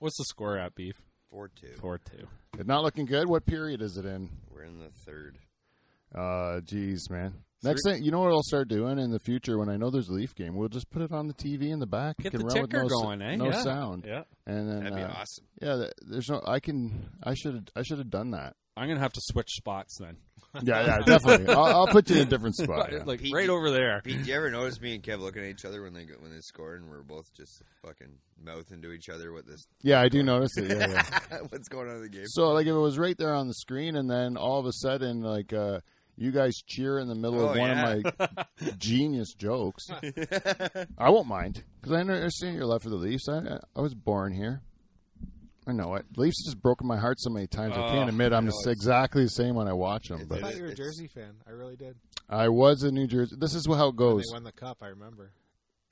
What's the score at Beef? Four two. Four two. It's not looking good. What period is it in? We're in the third. Uh, geez, man. Next thing, you know what I'll start doing in the future when I know there's a Leaf game? We'll just put it on the TV in the back. Get You can the run with ticker no, s- going, eh? No Yeah. sound. Yeah. And then That'd be uh, awesome. yeah, th- there's no. I can. I should. I should have done that. I'm gonna have to switch spots then. Yeah, yeah, definitely. I'll, I'll put you in a different spot. yeah. Like Pete, right you- over there. Pete, do you ever notice me and Kev looking at each other when they go, when they score and we're both just fucking mouthing to each other what this Yeah, I do notice it. Yeah, yeah. what's going on in the game? So like if it was right there on the screen and then all of a sudden like uh you guys cheer in the middle Oh, of one yeah. of my genius jokes. I won't mind because I understand your love for the Leafs. I, I was born here. I know it. Leafs has broken my heart so many times. I can't Oh, admit I'm know, just it's- exactly the same when I watch them. It's- I But thought you were a It's- Jersey fan. I really did. I was in New Jersey. This is how it When goes. they won the cup. I remember.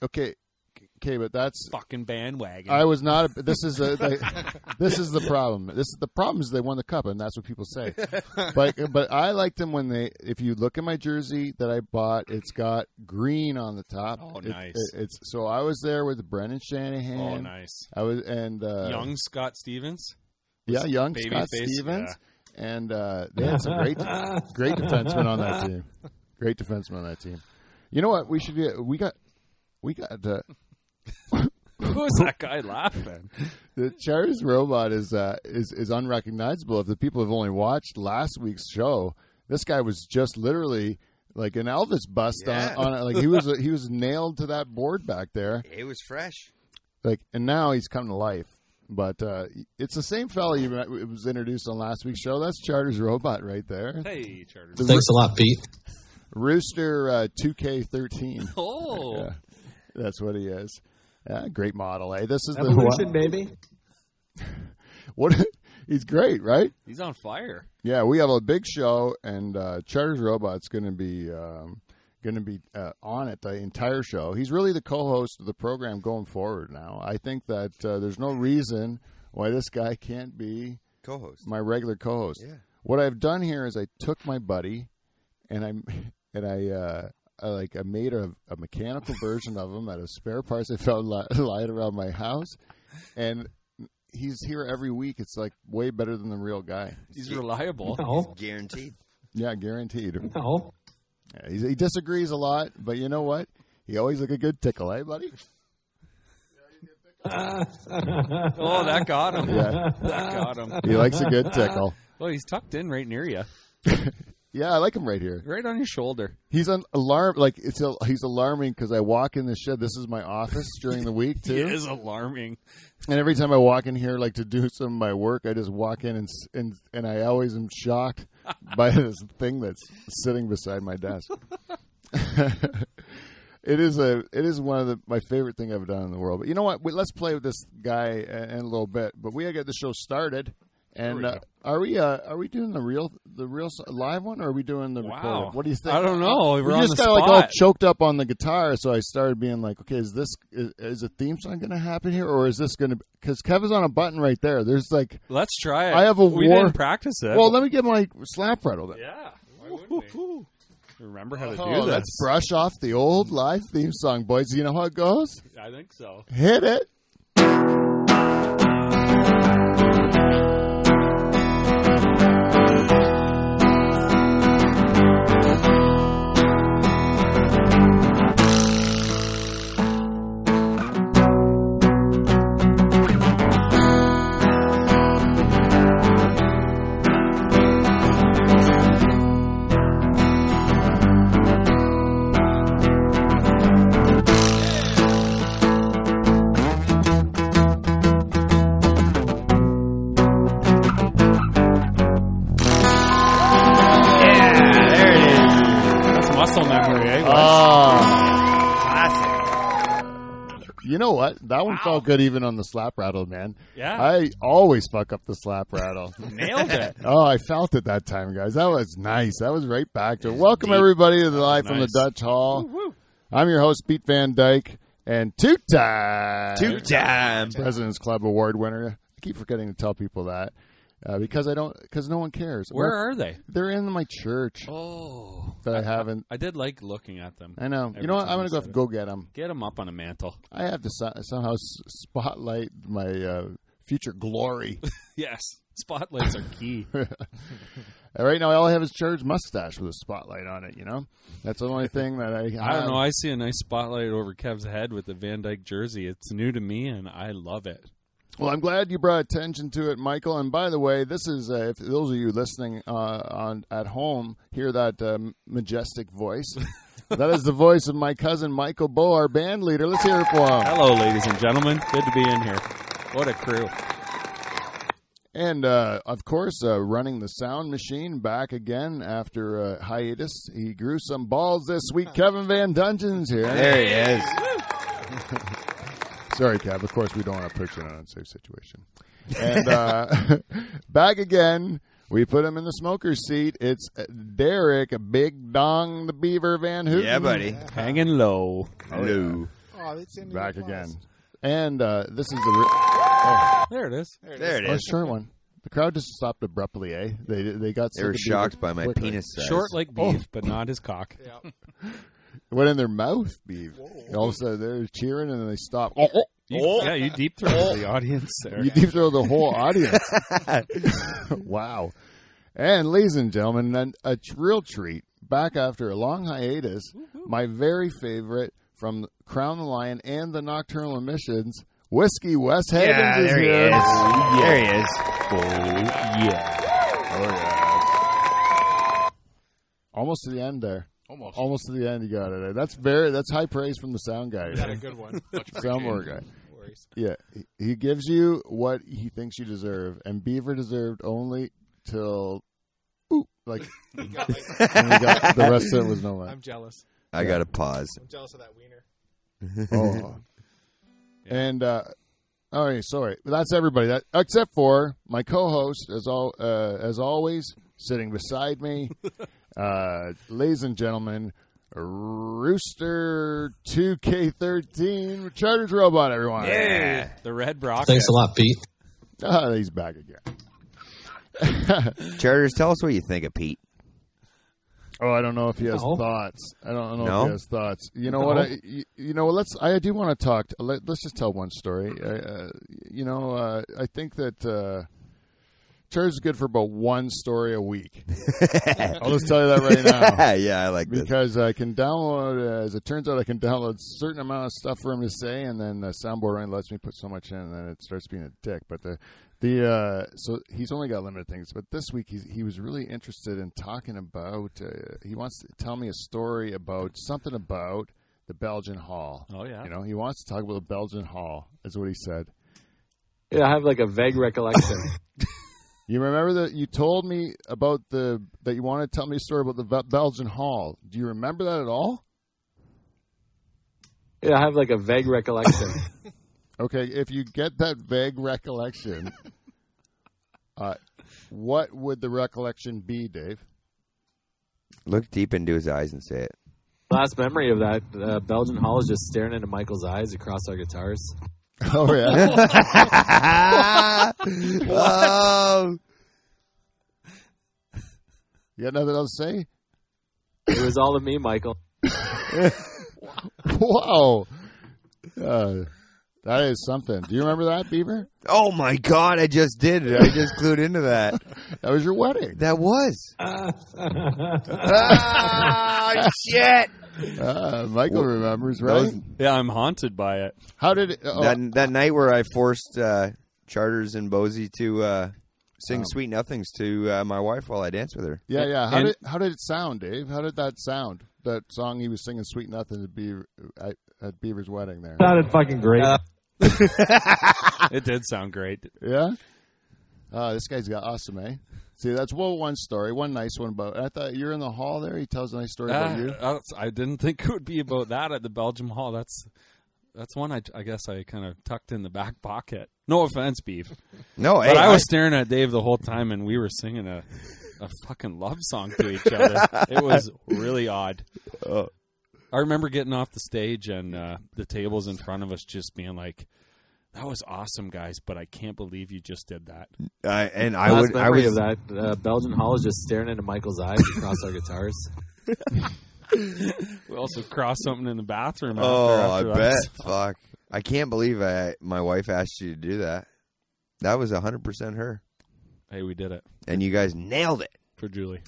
Okay, okay, but that's Fucking bandwagon. Oh, I was not. A, this is a, the, this is the problem. This is the problem is they won the cup, and that's what people say. But but I like them when they. If you look at my jersey that I bought, it's got green on the top. Oh, It- nice. it- it's so I was there with Brennan Shanahan. oh, nice. I was and uh, Young Scott Stevens. yeah, young baby Scott face, Stevens, and uh, they had some great great defensemen on that team. Great defensemen on that team. You know what we should do? We got we got. Uh, Who's that guy laughing? The Char's robot is uh, is is unrecognizable. If the people have only watched last week's show, this guy was just literally like an Elvis bust Yeah. on, on like he was he was nailed to that board back there. It was fresh. Like and now he's come to life. But uh, it's the same fella you met, it was introduced on last week's show. That's Charter's robot right there, Hey, Charter. The Thanks a lot, Pete. Rooster uh, Two K Thirteen. Oh, That's what he is. Yeah, great model, eh? This is Evolution, the baby. what he's great, right? he's on fire. Yeah, we have a big show, and uh, Charter's Robot's going to be um, going to be uh, on it the entire show. He's really the co-host of the program going forward. Now, I think that uh, there's no reason why this guy can't be Co-host. my regular co-host. Yeah. What I've done here is I took my buddy, and I and I. Uh, I, like I made a, a mechanical version of him out of spare parts I found li- lying around my house, and he's here every week. It's like way better than the real guy. He's reliable. Oh. No, Guaranteed. Yeah, guaranteed. no. Yeah, he's, he disagrees a lot, but you know what? He always look a good tickle, eh, buddy? Oh, that got him. Yeah. That got him. He likes a good tickle. Well, he's tucked in right near you, Yeah, I like him right here. right on your shoulder. He's an alarm like it's a, he's alarming because I walk in the shed. This is my office during the week too, It is alarming. and every time I walk in here, like to do some of my work, I just walk in and s- and and I always am shocked by this thing that's sitting beside my desk. It is a it is one of the, my favorite thing I've done in the world. But you know what? We, let's play with this guy in, in a little bit. But we gotta get the show started. And we uh, are we uh, are we doing the real the real s- live one or are we doing the Wow. recorded? What do you think? I don't know. We're We on just the got like all spot. choked up on the guitar, so I started being like, okay, is this is, is a theme song going to happen here, or is this going to? Because Kevin's on a button right there. There's like, Let's try it. I have a we war- didn't practice it. well, let me get my slap rattle. Then. yeah. Why wouldn't we? Remember how to do Oh, this? let's brush off the old live theme song, boys. You know how it goes. I think so. Hit it. That's muscle memory, eh? Ah, Classic. you know what? That one felt good even on the slap rattle, man. yeah. I always fuck up the slap rattle. nailed it. oh, I felt it that time, guys. That was nice. That was right back to it. Welcome everybody to the live from the nice. Dutch Hall. I'm your host Pete Van Dyke, and two time Two time. President's Club Award winner. I keep forgetting to tell people that uh, because I don't because no one cares. Where are they? they're in my church Oh. that I haven't. I did like looking at them. I know. you Every know what? time I'm I gonna go said it. go get them. Get them up on a mantle. I have to so- somehow s- spotlight my uh, future glory. Yes, spotlights are key. And right now, all I have is Jared's mustache with a spotlight on it. You know, that's the only thing that I. I don't know. I see a nice spotlight over Kev's head with the Van Dyke jersey. It's new to me, and I love it. Well, I'm glad you brought attention to it, Michael. And by the way, this is uh, if those of you listening uh, on at home hear that um, majestic voice. that is the voice of my cousin Michael Bo, our band leader. Let's hear it for him. Hello, ladies and gentlemen. Good to be in here. What a crew! And uh, of course, uh, running the sound machine back again after a hiatus. He grew some balls this week. Kevin Van Dungeon's here. There he is. Sorry, Kev. Of course, we don't want to put you in an unsafe situation. And uh, back again, we put him in the smoker's seat. It's uh, Derek, a big dong, the Beaver Van Hooten. Yeah, buddy. Hanging low. Hello. Oh, it's in the Back applause. again. And uh, this is the. Re- oh, There it is. There it There is. it oh, is. short one. The crowd just stopped abruptly. Eh? They they got. They were sick of Beaver shocked by my quickly. penis size. Short like Oh. beef, but not his cock. Yeah. What in their mouth, Beav? Whoa. And All of a sudden, they're cheering and then they stop. Oh, You- Yeah, you deep throat the audience there. You deep throw the whole audience. wow. And ladies and gentlemen, an- a t- real treat. Back after a long hiatus, my very favorite from Crown the Lion and the Nocturnal Emissions, Whiskey West Havens Yeah, is there he here. Oh, is. There he is. Oh, yeah. Almost to the end there. Almost. Almost to the end, you got it. That's very that's high praise from the sound guy, Got a good one. No sound board guy. worries. Yeah, he- he gives you what he thinks you deserve, and Beaver deserved only till, ooh, like You got, like, and he got- the rest of it was no one. I'm jealous. I got to pause. I'm jealous of that wiener. Oh. And uh all right, sorry. But that's everybody. That except for my co-host as all uh, as always sitting beside me. uh ladies and gentlemen, Rooster 2K13 Chargers robot everyone. Yeah. The red brock. Thanks a lot, Pete. Ah, he's back again. Charters, tell us what you think of Pete. Oh, I don't know if he has No. thoughts. I don't know if No? he has thoughts. You know what? I, you, you know, let's. I do want to talk. Let, let's just tell one story. I, uh, you know, uh, I think that uh, Char's is good for about one story a week. I'll just tell you that right now yeah, I like this. because I can download. Uh, as it turns out, I can download a certain amount of stuff for him to say, and then the soundboard only lets me put so much in, and then it starts being a dick. But the the uh, so he's only got limited things. But this week he's, he was really interested in talking about. Uh, he wants to tell me a story about something about the Belgian Hall. Oh yeah. You know, he wants to talk about the Belgian Hall. Is what he said. Yeah, I have like a vague recollection. You remember that you told me about the that you wanted to tell me a story about the Be- Belgian Hall. Do you remember that at all? yeah, I have like a vague recollection. Okay, if you get that vague recollection, uh, what would the recollection be, Dave? Look deep into his eyes and say it. Last memory of that uh, Belgian hall is just staring into Michael's eyes across our guitars. Oh yeah, oh, you got nothing else to say? It was all of me, Michael. Wow, uh, that is something. Do you remember that, Beaver? oh my God! I just did it. I just clued into that. That was your wedding. That was. oh shit! Uh, Michael remembers, right? Those- Yeah, I'm haunted by it. How did it? Oh, That that night where I forced uh, Charters and Bozy to uh, sing Wow. "Sweet Nothings" to uh, my wife while I danced with her. yeah, yeah. How and- did how did it sound, Dave? How did that sound? That song he was singing, "Sweet Nothing," at, Beaver, at, at Beaver's wedding. There, Sounded fucking great. It did sound great. Yeah. Uh, this guy's got awesome, eh? See, that's well, one story, one nice one. But I thought you're in the hall there. He tells a nice story about you. Uh, that's- I didn't think it would be about that at the Belgium Hall. That's that's one I, I guess I kind of tucked in the back pocket. No offense, Beef, No, but I was staring at Dave the whole time, and we were singing a a fucking love song to each other. It was really odd. Oh. I remember getting off the stage and uh, the tables in front of us just being like, "That was awesome, guys!" But I can't believe you just did that. I, and I Last would. I memory was. of that uh, Belgian hall is just staring into Michael's eyes across our guitars. We also crossed something in the bathroom. After, Oh, after I that. bet. Fuck. I can't believe I, my wife asked you to do that. That was 100% her. Hey, we did it And you guys nailed it. for Julie.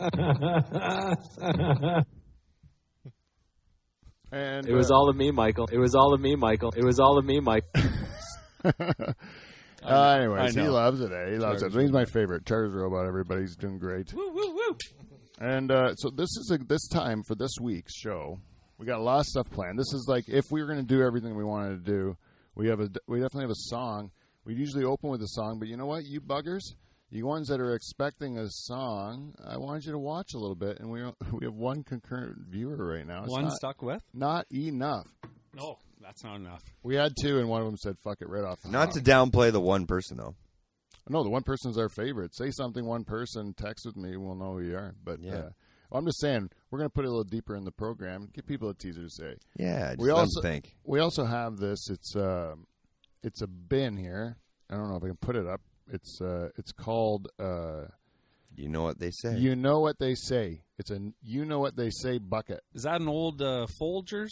And It was uh, all of me, Michael. It was all of me, Michael. It was all of me, Mike. Uh, I anyways, he know. loves it. Eh? He loves Chargers it. He's my favorite. Chargers robot. Everybody's doing great. Woo woo woo. And uh, so this is a, this time for this week's show. We got a lot of stuff planned. This is like if we were going to do everything we wanted to do, we have a we definitely have a song. We usually open with a song, but you know what, you buggers, you ones that are expecting a song, I wanted you to watch a little bit. And we we have one concurrent viewer right now. It's One not, stuck with? not enough. No, that's not enough. We had two, and one of them said "fuck it" right off. The Not hop. to downplay the one person, though. No, the one person's our favorite. Say something, one person, text with me, we'll know who you are. But Yeah. uh, I'm just saying, we're going to put it a little deeper in the program, give people a teaser to say. Yeah, just We let 'em also- think. We also have this. It's uh, it's a bin here. I don't know if I can put it up. It's uh, it's called uh, You know what they say. you know what they say. It's a you know what they say bucket. Is that an old uh, Folgers?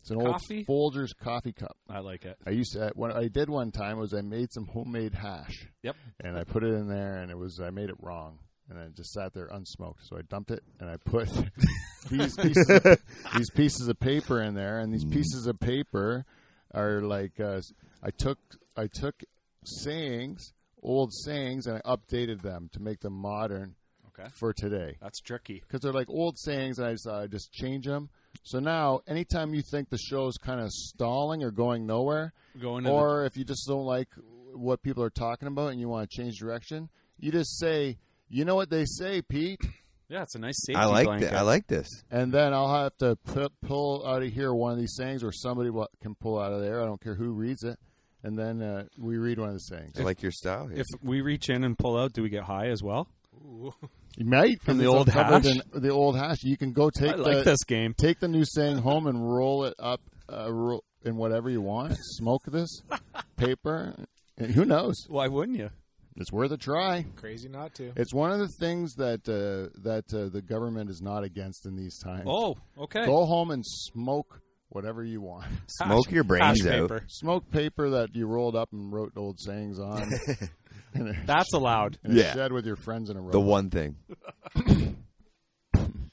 It's an Coffee? old Folgers coffee cup. I like it. I used to what I did one time was I made some homemade hash. Yep. And I put it in there, and it was I made it wrong, and it just sat there unsmoked. So I dumped it, and I put these pieces of, these pieces of paper in there, and these pieces of paper are like uh, I took I took sayings, old sayings, and I updated them to make them modern Okay. for today That's tricky. because they're like old sayings, and I just, I just change them. So now, anytime you think the show's kind of stalling or going nowhere, Going to or if you just don't like what people are talking about and you want to change direction, you just say, "You know what they say, Pete," the, yeah, it's a nice safety I like blanket. that. I like this. and then I'll have to pu- pull out of here one of these sayings, or somebody wa- can pull out of there. I don't care who reads it, and then uh, we read one of the sayings. I like your style here. If we reach in and pull out, do we get high as well? You might 'cause From the it's all old covered hash? in the old hash. You can go take I like the, this game. take the new saying home and roll it up uh, roll in whatever you want. Smoke this paper. And who knows? Why wouldn't you? It's worth a try. Crazy not to. It's one of the things that uh, that uh, the government is not against in these times. Oh, okay. Go home and smoke whatever you want. Hash- Smoke your brains hash out. paper. Smoke paper that you rolled up and wrote old sayings on. in a, That's allowed. in a Yeah. shed with your friends in a row. The one thing.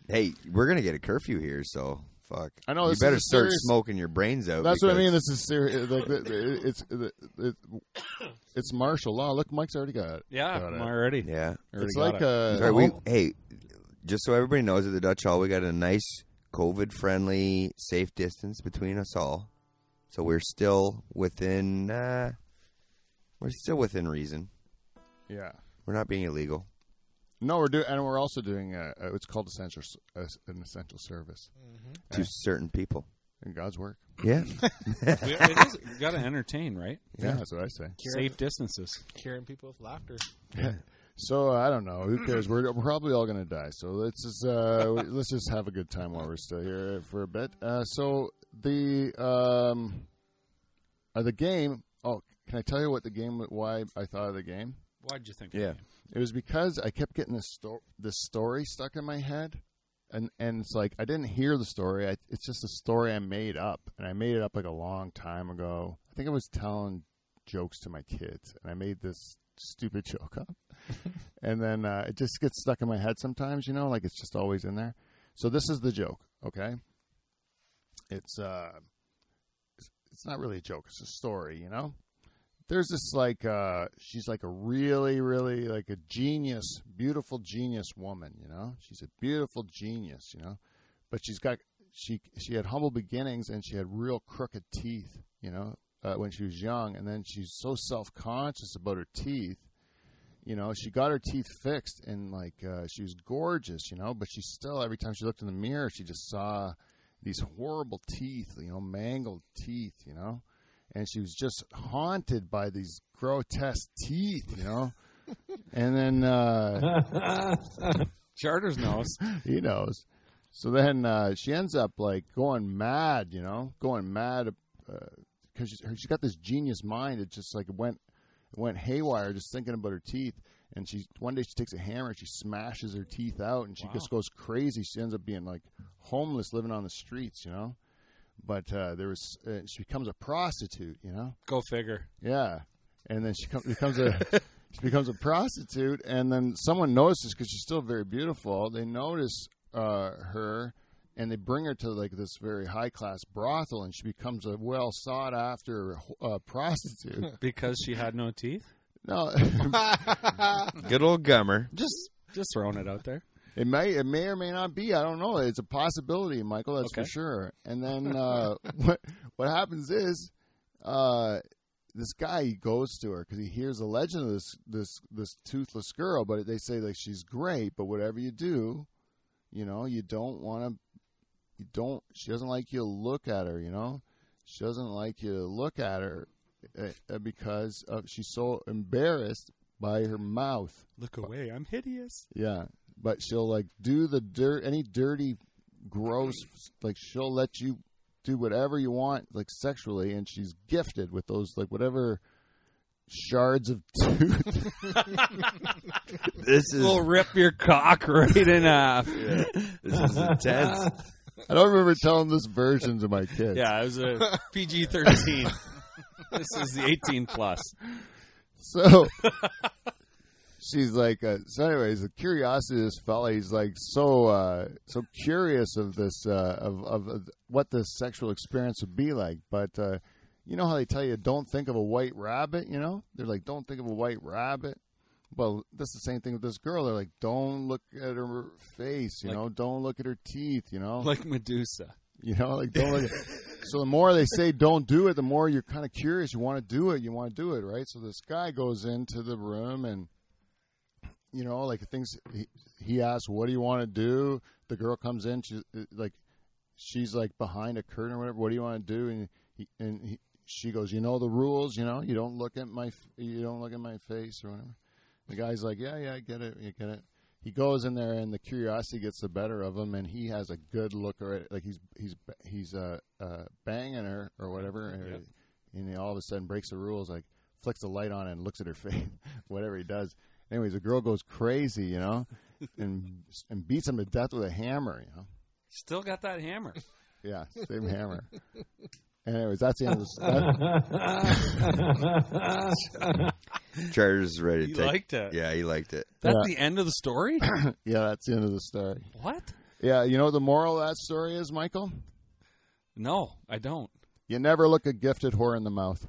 hey, we're gonna get a curfew here, so fuck. I know, You this better is a start serious- smoking your brains out. That's what I because- mean. This is serious. Like, the- the- it's the- it, it's martial law. Look, Mike's already got it. Yeah, Got I'm it. already. Yeah. Already It's got like uh, it. a Sorry, we, hey, just so everybody knows, at the Dutch Hall, we got a nice COVID-friendly, safe distance between us all. So we're still within. Uh, we're still within reason. yeah. We're not being illegal. No, we're doing, and we're also doing. A, a- it's called essential, s- uh, an essential service Mm-hmm. to certain people. in God's work. Yeah, We- it is- you got to entertain, right? Yeah, that's what I say. Curing, Safe distances. curing people with laughter. So uh, I don't know. Who cares? We're, we're probably all going to die. So let's just uh, we- let's just have a good time while we're still here for a bit. Uh, so the um, uh, the game. Oh, can I tell you what the game? Why I thought of the game? Why'd you think? Yeah. It was because I kept getting this, sto- this story stuck in my head, and and it's like I didn't hear the story. I, it's just a story I made up, and I made it up like a long time ago. I think I was telling jokes to my kids, and I made this stupid joke up, and then uh, it just gets stuck in my head sometimes. You know, like it's just always in there. So this is the joke, okay? It's uh, it's- it's not really a joke. It's a story, you know there's this like uh she's like a really really like a genius beautiful genius woman you know she's a beautiful genius you know but she's got she she had humble beginnings and she had real crooked teeth you know uh, when she was young and then she's so self-conscious about her teeth you know she got her teeth fixed and like uh, she was gorgeous you know but she still every time she looked in the mirror she just saw these horrible teeth you know mangled teeth you know and she was just haunted by these grotesque teeth, you know. and then uh, Charters knows. he knows. So then uh, she ends up like going mad, you know, going mad because she's, her- she's got this genius mind. It just like went went haywire just thinking about her teeth. And she one day she takes a hammer and she smashes her teeth out, and she Wow. just goes crazy. She ends up being like homeless, living on the streets, you know. But uh, there was uh, she becomes a prostitute, you know. Go figure. Yeah. and then she com- becomes a she becomes a prostitute, and then someone notices because she's still very beautiful. They notice uh, her, and they bring her to like this very high class brothel, and she becomes a well sought after uh, prostitute. because she had no teeth. no, Good old Gummer. Just just throwing it out there. it may it may or may not be. I don't know. It's a possibility, Michael. That's for Okay. sure. And then uh, what what happens is. Uh, this guy he goes to her because he hears the legend of this this this toothless girl, but they say like she's great, but whatever you do, you know, you don't want to, you don't. She doesn't like you to look at her, you know. She doesn't like you to look at her uh, uh, because of, she's so embarrassed by her mouth. Look away, I'm hideous. Yeah, but she'll like do the dirt, any dirty, gross, like she'll let you do whatever you want, like sexually, and she's gifted with those like whatever shards of tooth. This is We'll rip your cock right in half. yeah, this is intense. I don't remember telling this version to my kids. Yeah, it was a PG thirteen. this is the eighteen plus. So she's like, uh, so anyways, the curiosity of this fella, he's like so uh, so curious of this uh, of of of what this sexual experience would be like. But uh, you know how they tell you don't think of a white rabbit. You know they're like don't think of a white rabbit. Well, that's the same thing with this girl. They're like, don't look at her face, you Like- know. Don't look at her teeth, you know. Like Medusa. You know, like don't. Look so the more they say don't do it, the more you're kind of curious. You want to do it. You want to do it, right? So this guy goes into the room and, you know, like things. He, he asks, "What do you want to do?" The girl comes in. She's uh, like, she's like behind a curtain or whatever. What do you want to do? And he, and he, she goes, "You know the rules. You know, you don't look at my, f- you don't look at my face or whatever." The guy's like, "Yeah, yeah, I get it. You get it." he goes in there and the curiosity gets the better of him and he has a good look at like he's he's he's uh, uh banging her or whatever and, and he all of a sudden breaks the rules like flicks the light on and looks at her face whatever he does anyways the girl goes crazy you know and and beats him to death with a hammer you know Still got that hammer. yeah same hammer anyways that's the end of the that, Charger's ready to He take. liked it. Yeah, he liked it. That's the end of the story? yeah that's the end of the story what? yeah you know what the moral of that story is michael No, I don't. you never look a gifted whore in the mouth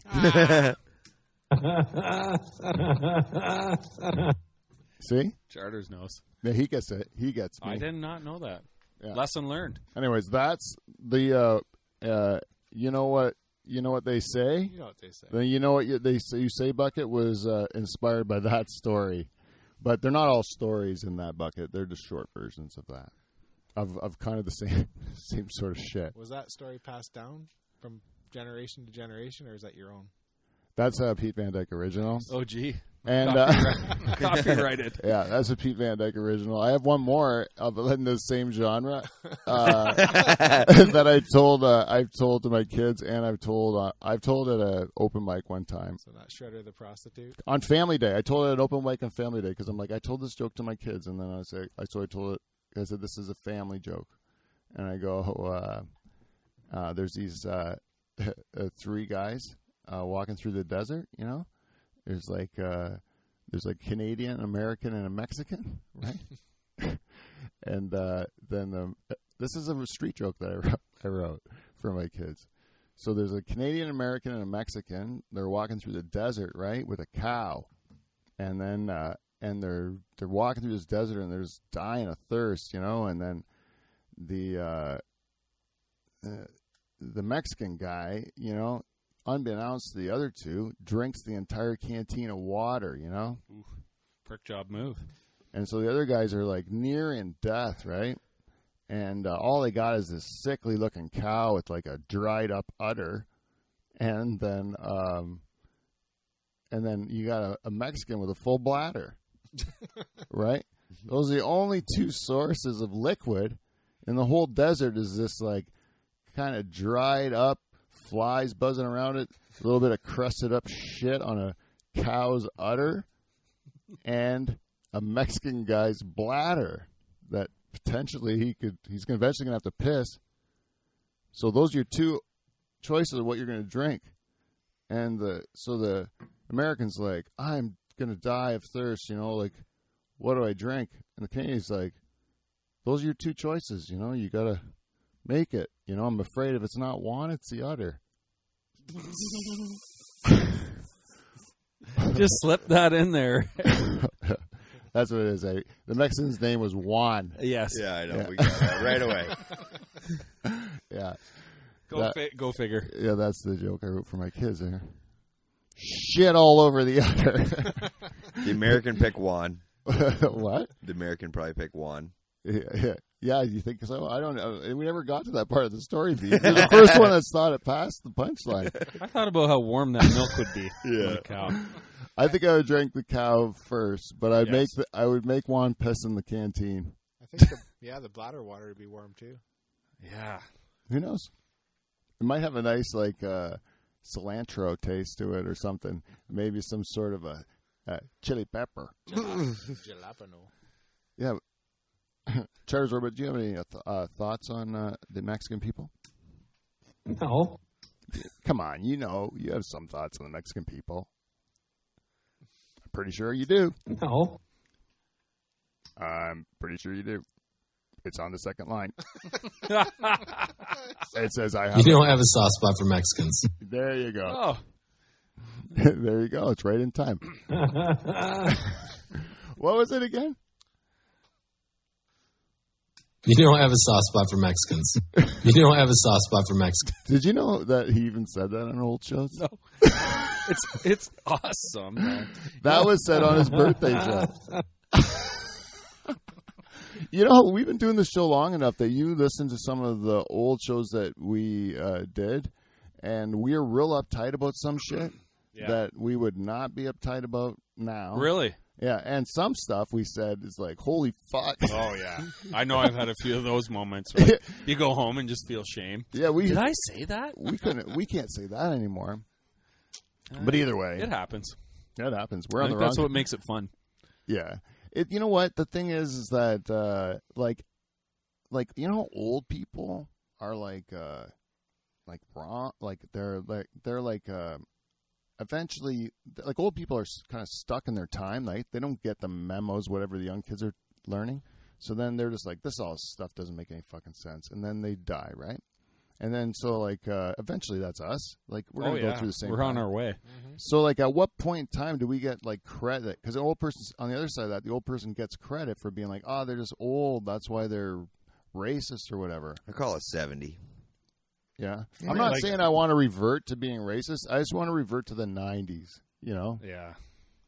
see Charters knows. Yeah, he gets it. He gets me. Oh, I did not know that. Yeah. Lesson learned. Anyways, that's the uh, uh, you know what you know what they say. You know what they say. Then you know what you, they say. You say bucket was uh, inspired by that story, but they're not all stories in that bucket. They're just short versions of that, of of kind of the same same sort of shit. Was that story passed down from generation to generation, or is that your own? That's a Pete Van Dyke original, Oh, gee. and uh, Copyrighted. yeah, that's a Pete Van Dyke original. I have one more of in the same genre. Uh, that I told uh, I've told to my kids and I've told uh, I've told at a open mic one time So not Shredder the prostitute. on Family Day. I told it at an open mic on Family Day because I'm like I told this joke to my kids and then I say I so I told it I said this is a family joke and I go uh, uh, there's these uh, uh, three guys uh, walking through the desert you know there's like uh, there's like Canadian American and a Mexican right and uh, then the, this is a street joke that I wrote, I wrote for my kids. So there's a Canadian American and a Mexican. They're walking through the desert, right, with a cow, and then uh, and they're they're walking through this desert and they're just dying of thirst, you know. And then the uh, uh, the Mexican guy, you know, unbeknownst to the other two, drinks the entire canteen of water, you know. Perk job move. And so the other guys are like nearing death, right? And uh, all they got is this sickly looking cow with like a dried up udder. And then, um, and then you got a, a Mexican with a full bladder, right? Those are the only two sources of liquid in the whole desert is this like kind of dried up flies buzzing around it, a little bit of crusted up shit on a cow's udder and a Mexican guy's bladder that potentially he could he's gonna- eventually gonna have to piss. So those are your two choices of what you're gonna drink. And the so the American's like, I'm gonna die of thirst, you know, like what do I drink? And the Canadian's like, Those are your two choices, you know, you gotta make it. You know, I'm afraid if it's not one, it's the other. Just slip that in there. That's what it is. I, the Mexican's name was Juan. yes. Yeah, I know. Yeah. We got that right away. Yeah. Go, That- fi- go figure. Yeah, that's the joke I wrote for my kids there. Shit all over the other. The American pick one. what? The American probably pick one. Yeah, yeah, you think so? I don't know. We never got to that part of the story. Beef. You're the first one that's thought it past the punchline. I thought about how warm that milk would be. Yeah. Holy cow. I think I would drink the cow first, but I'd Yes. make the, I would make Juan piss in the canteen. I think the, yeah, the bladder water would be warm too. Yeah. Who knows? It might have a nice like uh, cilantro taste to it or something. Maybe some sort of a, uh chili pepper. Jalapeno. Yeah. Charles Robert, do you have any uh, th- uh, thoughts on uh, the Mexican people? No. Come on, you know you have some thoughts on the Mexican people. I'm pretty sure you do. No. I'm pretty sure you do. It's on the second line. it says I have. You don't have a soft spot for Mexicans. There you go. Oh, there you go. It's right in time. What was it again? you don't have a soft spot for Mexicans. You don't have a soft spot for Mexicans. Did you know that he even said that on old shows? no. it's it's awesome. man. That was said on his birthday show. you know, we've been doing this show long enough that you listen to some of the old shows that we uh, did, and we are real uptight about some shit Yeah. that we would not be uptight about now. Really? Yeah, and some stuff we said is like, holy fuck. Oh yeah. I know I've had a few of those moments where you go home and just feel shame. yeah, we Did I say that? we couldn't we can't say that anymore. But either way, Uh, It happens. that happens. We're I on the think wrong. that's what makes it fun. Yeah. It, you know what? The thing is, is that, uh, like, like, you know, how old people are like, uh, like wrong, like they're like, they're like, uh, eventually like old people are kind of stuck in their time. Like they don't get the memos, whatever the young kids are learning. So then they're just like, this all stuff doesn't make any fucking sense. And then they die. Right. And then, so like, uh, eventually that's us. Like we're oh going to yeah. go through the same. We're on path. our way. So, like, at what point in time do we get like credit? Because the old person's on the other side of that, the old person gets credit for being like, oh, they're just old. That's why they're racist or whatever. I call it 70. Yeah. Yeah, I'm not like- saying I want to revert to being racist. I just want to revert to the 90s, you know? Yeah.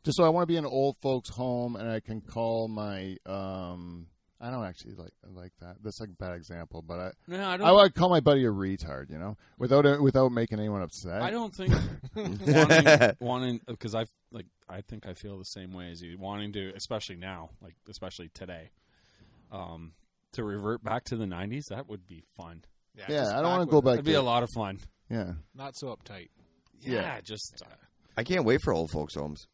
Just so I want to be in an old folks' home and I can call my, um, I don't actually like like that. That's like a bad example, but I No, I I don't. would call my buddy a retard, you know, without without making anyone upset. I don't think wanting wanting because I like I think I feel the same way as you wanting to, especially now, like especially today, um, to revert back to the '90s. That would be fun. Yeah, just I don't wanna with go it. back- That'd be a lot of fun. yeah. Not so uptight. Yeah, just uh, I can't wait for old folks' homes.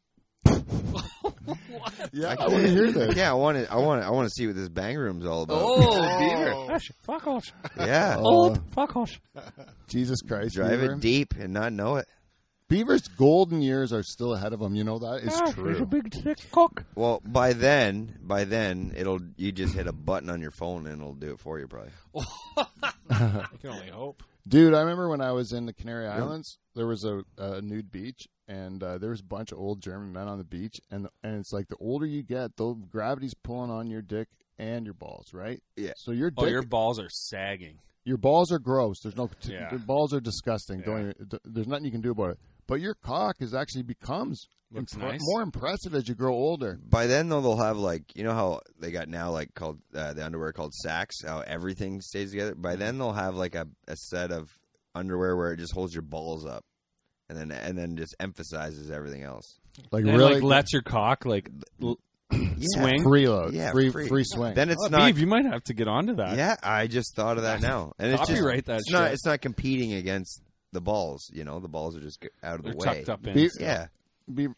Yeah, I want to hear that. Yeah, I want to. I want. to I want to see what this bang room's all about. Oh. Oh. Beaver. fuck off, Uh, Yeah, Oh, fuck off. Jesus Christ. drive Beaver. it deep and not know it. Beaver's golden years are still ahead of him. You know that is true. Ah, big thick cock. Well, by then, by then, it'll. You just hit a button on your phone and it'll do it for you, probably. I can only hope. Dude, I remember when I was in the Canary Islands, there was a, a nude beach, and uh, there was a bunch of old German men on the beach, and and it's like the older you get, the gravity's pulling on your dick and your balls, right? Yeah. So your dick, Oh, your your... balls are sagging. balls are gross. There's no t- Yeah. your balls are disgusting. Yeah. Don't even, th- there's nothing you can do about it. But your cock is actually becomes Looks impre- nice. more impressive as you grow older. By then, though, they'll have like you know how they got now like called uh, the underwear called sacks. How everything stays together. By then, they'll have like a, a set of underwear where it just holds your balls up, and then and then just emphasizes everything else. Like And really like lets your cock like l- swing. freeload, Yeah, free free. free swing. Then it's Oh, not. Beav, you might have to get onto that. Yeah, I just thought of that now, and it's just Copyright that it's not. shit. It's not competing against the balls. You know, the balls are just g- out of the They're way. tucked up in. Be- Yeah, Beaver,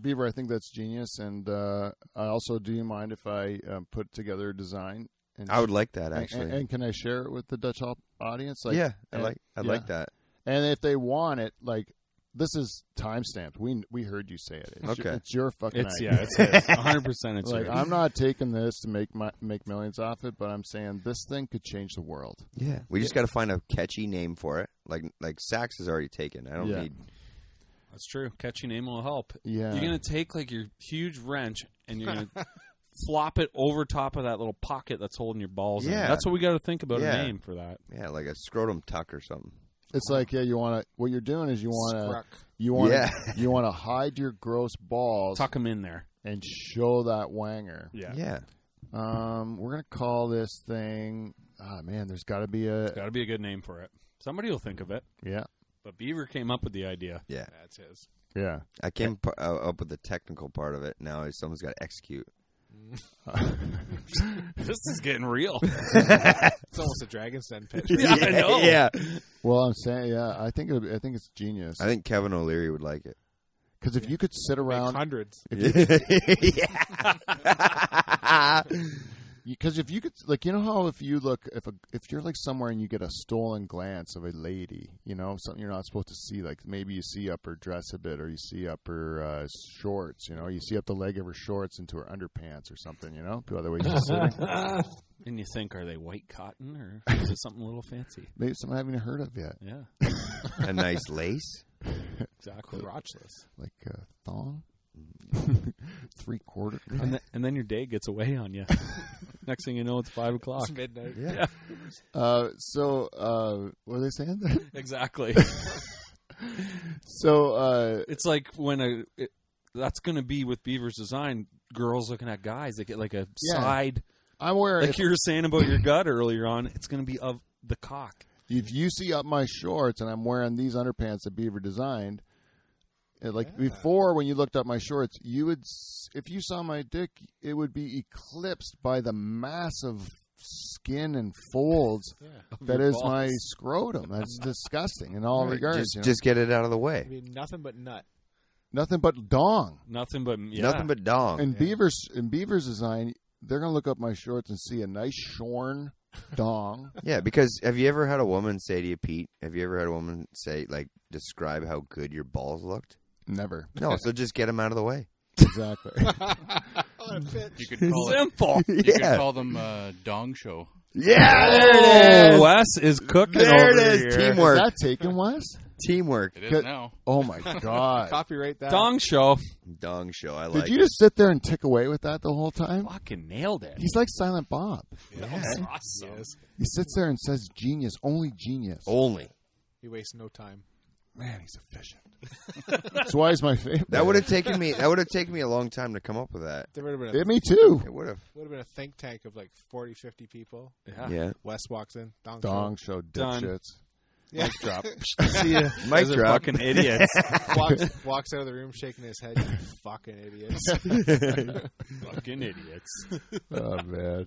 Beaver, I think that's genius. And uh, I also, do you mind if I um, put together a design? And I would like that and- actually. And, and can I share it with the Dutch au- audience? Like, yeah, I and- like. I yeah. like that. And if they want it, like This is time stamped. We we heard you say it. It's Okay. your, it's your fucking. It's idea. yeah, it's his. 100 percent it's like yours. I'm not taking this to make my, make millions off it, but I'm saying this thing could change the world. Yeah, we just got to find a catchy name for it. Like like sax is already taken. I don't Yeah. need. That's true. Catchy name will help. Yeah, You're gonna take like your huge wrench and you're gonna flop it over top of that little pocket that's holding your balls. in. Yeah. that's what we got to think about Yeah. a name for that. Yeah, like a scrotum tuck or something. it's like yeah, you want to. What you're doing is you want to you want Yeah. to you want to hide your gross balls Tuck them in there. and show that wanger. Yeah, Yeah. Um, we're gonna call this thing. Ah, man, there's got to be a it's got to be a good name for it. Somebody will think of it. yeah But Beaver came up with the idea. Yeah. That's his. yeah. I came p- uh, up with the technical part of it. Now someone's got to execute. This is getting real. It's almost a Dragon's Den pitch. Yeah, I know. yeah. well, I'm saying yeah. I think it'll be, I think it's genius I think Kevin O'Leary would like it. because if you could sit Like around hundreds. yeah. because if you could like you know how if you look if a, if you're like somewhere and you get a stolen glance of a lady you know something you're not supposed to see like maybe you see up her dress a bit or you see up her uh, shorts you know you see up the leg of her shorts into her underpants or something you know the other way she's sitting and you think, are they white cotton or is it something a little fancy? maybe something I haven't even heard of yet Yeah, a nice lace. exactly. Crotchless. like a thong three quarter And, th- and then your day gets away on you. Next thing you know, it's five o'clock. It's midnight. Yeah. uh, so uh, what are they saying there? Exactly. so uh, It's like when a it, that's going to be with Beaver's design. Girls looking at guys, they get like a Yeah. side, I'm wearing like you were saying about your gut earlier on. It's going to be of the cock. if you see up my shorts and I'm wearing these underpants that Beaver designed, uh, like before when you looked up my shorts, you would s- if you saw my dick, it would be eclipsed by the massive skin and folds Yeah. that your is my balls. scrotum. That's disgusting in all Right, regards. just, you know? just get it out of the I way. mean, nothing but nut. nothing but dong. Nothing but yeah. Nothing but dong. In Beaver's in Beaver's design, they're gonna look up my shorts and see a nice shorn dong. yeah, because have you ever had a woman say to you, Pete? Have you ever had a woman say like describe how good your balls looked? Never No, so just get them out of the way. exactly. What a pitch. You could call it. simple. You could Yeah. call them uh, dong show. Yeah, there it Oh, is. Wes is cooking There it over is. here. Teamwork. Is that taken, Wes? Teamwork. It is Good. now. Oh my god! Copyright that. Dong show. Dong show. I Did like. you just sit there and tick away with that the whole time? Fucking nailed it. He's like Silent Bob. Awesome. He sits there and says genius, only genius. only. He wastes no time. man, he's efficient. That's why he's my favorite. That would have taken me. That would have taken me a long time to come up with that. There would have been Yeah, a, me too. It would have. would have been a think tank of like 40, 50 people. Yeah. Yeah. Wes walks in. Dong. Dong show Done. dipshits. Yeah. Drop. See ya. Mic Those are drop. Fucking idiots. walks, walks out of the room shaking his head. You fucking idiots. fucking idiots. oh man.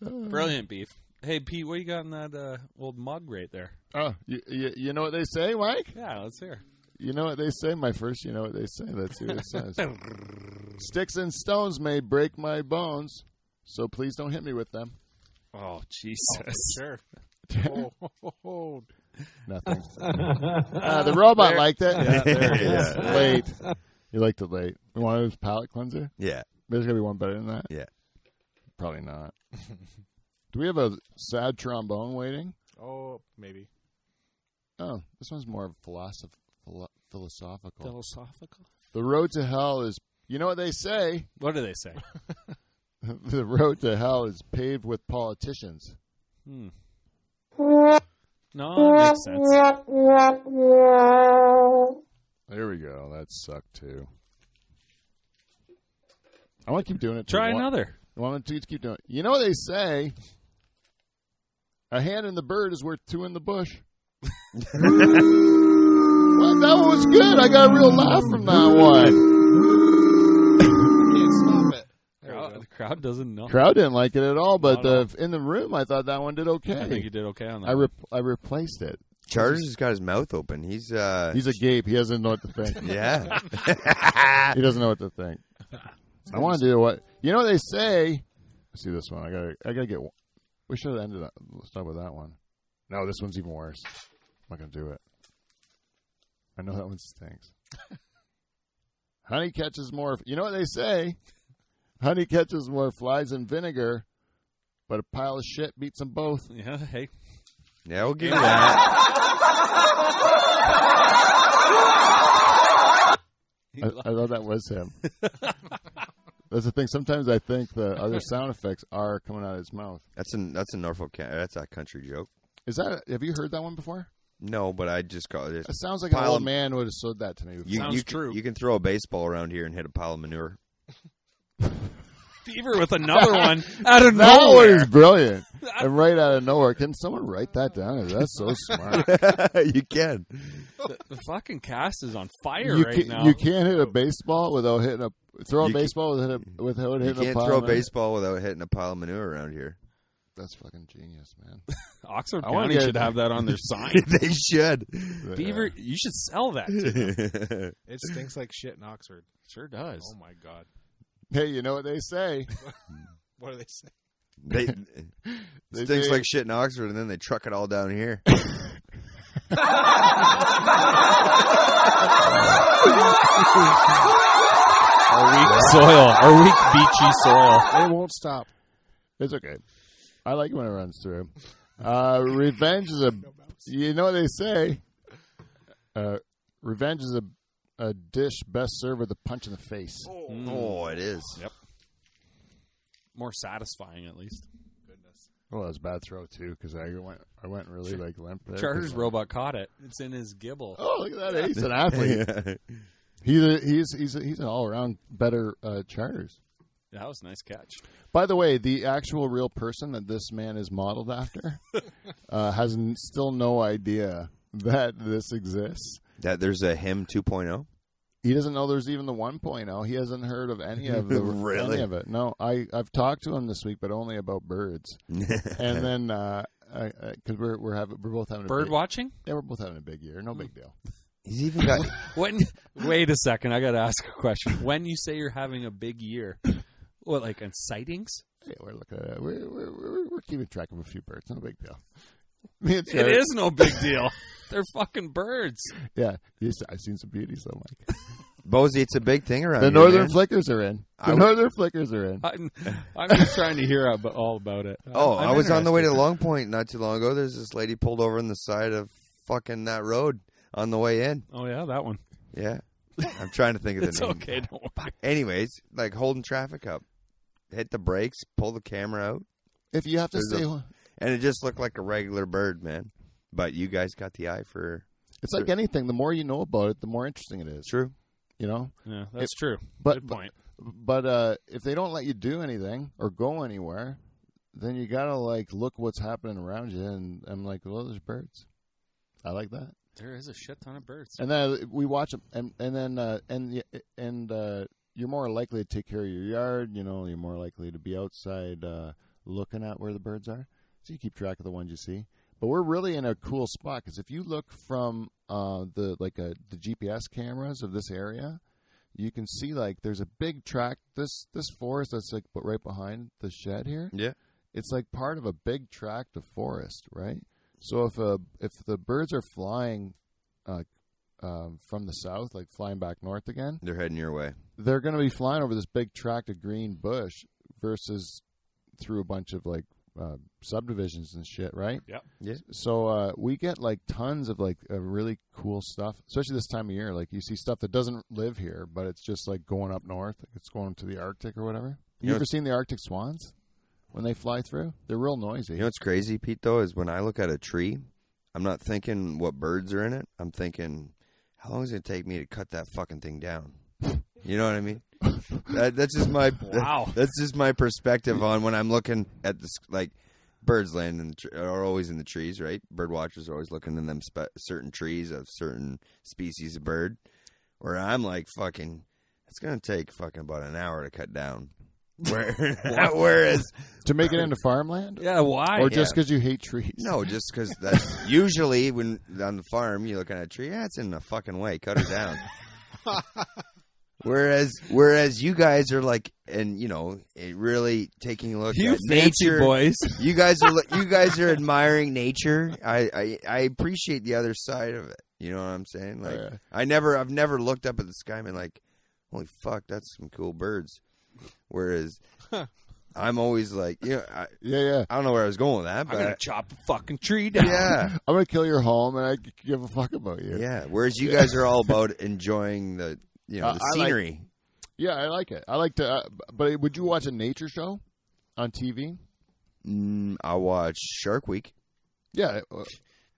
Brilliant beef. Hey Pete, what you got in that uh, old mug right there? Oh, you, you, you know what they say, Mike? Yeah, let's hear. You know what they say. My first, you know what they say. Let's see what it says. Sticks and stones may break my bones, so please don't hit me with them. Oh Jesus. sure. oh. Nothing. uh, the robot liked it. there it is. Yeah. Late. You liked it late. You want his palate cleanser? Yeah. There's gonna be one better than that. Yeah. Probably not. Do we have a sad trombone waiting? Oh, maybe. Oh, this one's more philosoph- philo- philosophical. Philosophical. the road to hell is. You know what they say? What do they say? the road to hell is paved with politicians. Hmm. No, that makes sense. There we go. That sucked too. I want to keep doing it. till Try one- another. I want to keep doing it. You know what they say? A hand in the bird is worth two in the bush. well, that one was good. I got a real laugh from that one. Can't stop it. There we Crowd- go. the crowd doesn't know. Crowd didn't like it at all, but Not at all. the, in the room, I thought that one did I think you okay. did okay on that. I re- I replaced it. Chargers has got his mouth open. He's uh. He's a gape. He doesn't know what to think. yeah. He doesn't know what to think. I want to do what you know. What they say. Let's see this one. I gotta. I gotta get. one. We should have ended up. Let's start with that one. No, this one's even worse. I'm not gonna do it. I know that one stinks. honey catches more. You know what they say? Honey catches more flies than vinegar, but a pile of shit beats them both. Yeah, hey. Yeah, we'll give you that. I, I thought that was him. That's the thing. Sometimes I think the other sound effects are coming out of his mouth. That's a that's a Norfolk. Ca- That's a country joke. Is that? Have you heard that one before? No, but I just call it. That sounds like an Pile old of- man would have said that to me. Before. You, Sounds you true. Can, you can throw a baseball around here and hit a pile of manure. Beaver with another one out of That one nowhere. is brilliant. and right out of nowhere. Can someone write that down? That's so smart. you can. The, the fucking cast is on fire you, right can, now. you can't hit a baseball without hitting a throw a You ca- baseball without hitting a, without You hitting a can't pile throw a of- baseball without hitting a pile of manure around here. That's fucking genius, man. Oxford I wanna County get- should have that on their sign. they should. Beaver, you should sell that. It stinks like shit in Oxford. Sure does. Oh my god. Hey, you know what they say? What are they saying? they They stinks say- like shit in Oxford, and then they truck it all down here. soil, our weak beachy soil. They won't stop. It's okay. I like when it runs through. Uh, revenge is a. You know what they say? Uh, revenge is a a dish best served with a punch in the face. Oh, it is. More satisfying, at least. Oh, that was a bad throw too, because I went I went really like limp there. Chargers 'cause- robot caught it. It's in his gibble. Oh, look at that! He's an athlete. He's a, he's he's a, he's an all around better uh, charters. That was a nice catch. By the way, the actual real person that this man is modeled after uh, has n- still no idea that this exists. that there's a him 2.0. He doesn't know there's even the 1.0. He hasn't heard of any of the Really? any of it. No, I I've talked to him this week, but only about birds. And then because uh, because we're we're having we're both having a Bird big, watching? Yeah, we're both having a big year. No big deal. He's even got. When? Wait a second. I got to ask a question. When you say you're having a big year, what, like in sightings? Hey, we're looking at we're we're, we're we're keeping track of a few birds. No big deal. Me and It Sarah- is no big deal. They're fucking birds. Yeah, Yes, I've seen some beauties. though, Mike. Bozy, it's a big thing around The here, northern man. flickers are in. The I w- northern flickers are in. I'm, I'm just trying to hear ab- all about it. Oh, I'm I was on the way to interested. Long Point not too long ago. There's this lady pulled over on the side of fucking that road on the way in. Oh, yeah, that one. Yeah. I'm trying to think of the It's name. okay. Don't worry. Anyways, like holding traffic up. Hit the brakes, pull the camera out, If you have to There's stay, a- and it just looked like a regular bird, man. But you guys got the eye for it's like anything. The more you know about it, the more interesting it is. true. You know, Yeah, that's true. but- Good point. but uh, if they don't let you do anything or go anywhere, then you gotta like look what's happening around you. And I'm like, well, there's birds. I like that. There is a shit ton of birds. And then we watch them, and and then uh, and y- and uh, you're more likely to take care of your yard. You know, you're more likely to be outside uh, looking at where the birds are. So you keep track of the ones you see. But we're really in a cool spot because if you look from uh, the like uh the GPS cameras of this area, you can see like there's a big tract. This this forest that's like but right behind the shed here Yeah. it's like part of a big tract of forest, right? So if a if the birds are flying uh, um, from the south, like flying back north again, They're heading your way. they're going to be flying over this big tract of green bush versus through a bunch of like uh, subdivisions and shit, right? Yep. Yeah. So uh, we get like tons of like uh, really cool stuff, especially this time of year. Like you see stuff that doesn't live here, but it's just like going up north. Like it's going to the Arctic or whatever. You, You know- ever seen the Arctic swans? When they fly through, they're real noisy. You know what's crazy, Pete? Though is when I look at a tree, I'm not thinking what birds are in it. I'm thinking, how long is it gonna take me to cut that fucking thing down? You know what I mean? That, that's just my Wow. that's just my perspective on when I'm looking at this. Like birds land in the tr- are always in the trees, right? Bird watchers are always looking in them spe- certain trees of certain species of bird. Where I'm like, fucking, it's gonna take fucking about an hour to cut down. Where, whereas to make it into farmland, Yeah, why? or just because you hate trees? No, just because that's usually when on the farm you're looking at a tree. Yeah, it's in the fucking way. Cut it down. whereas, whereas you guys are like, and you know, it really taking a look you at fancy nature. boys. You guys are lo- you guys are admiring nature. I, I I appreciate the other side of it. You know what I'm saying? Oh, Like yeah. I never I've never looked up at the sky and been like, holy fuck, that's some cool birds. Whereas I'm always like, you know, I, yeah, yeah. I don't know where I was going with I'm that, gonna but chop a fucking tree down. yeah, I'm gonna kill your home, and I could give a fuck about you. yeah. Whereas you guys are all about enjoying the you know Uh, the I like- scenery. Yeah, I like it. I like to. Uh, but would you watch a nature show on TV? Mm, I watch Shark Week. Yeah, uh,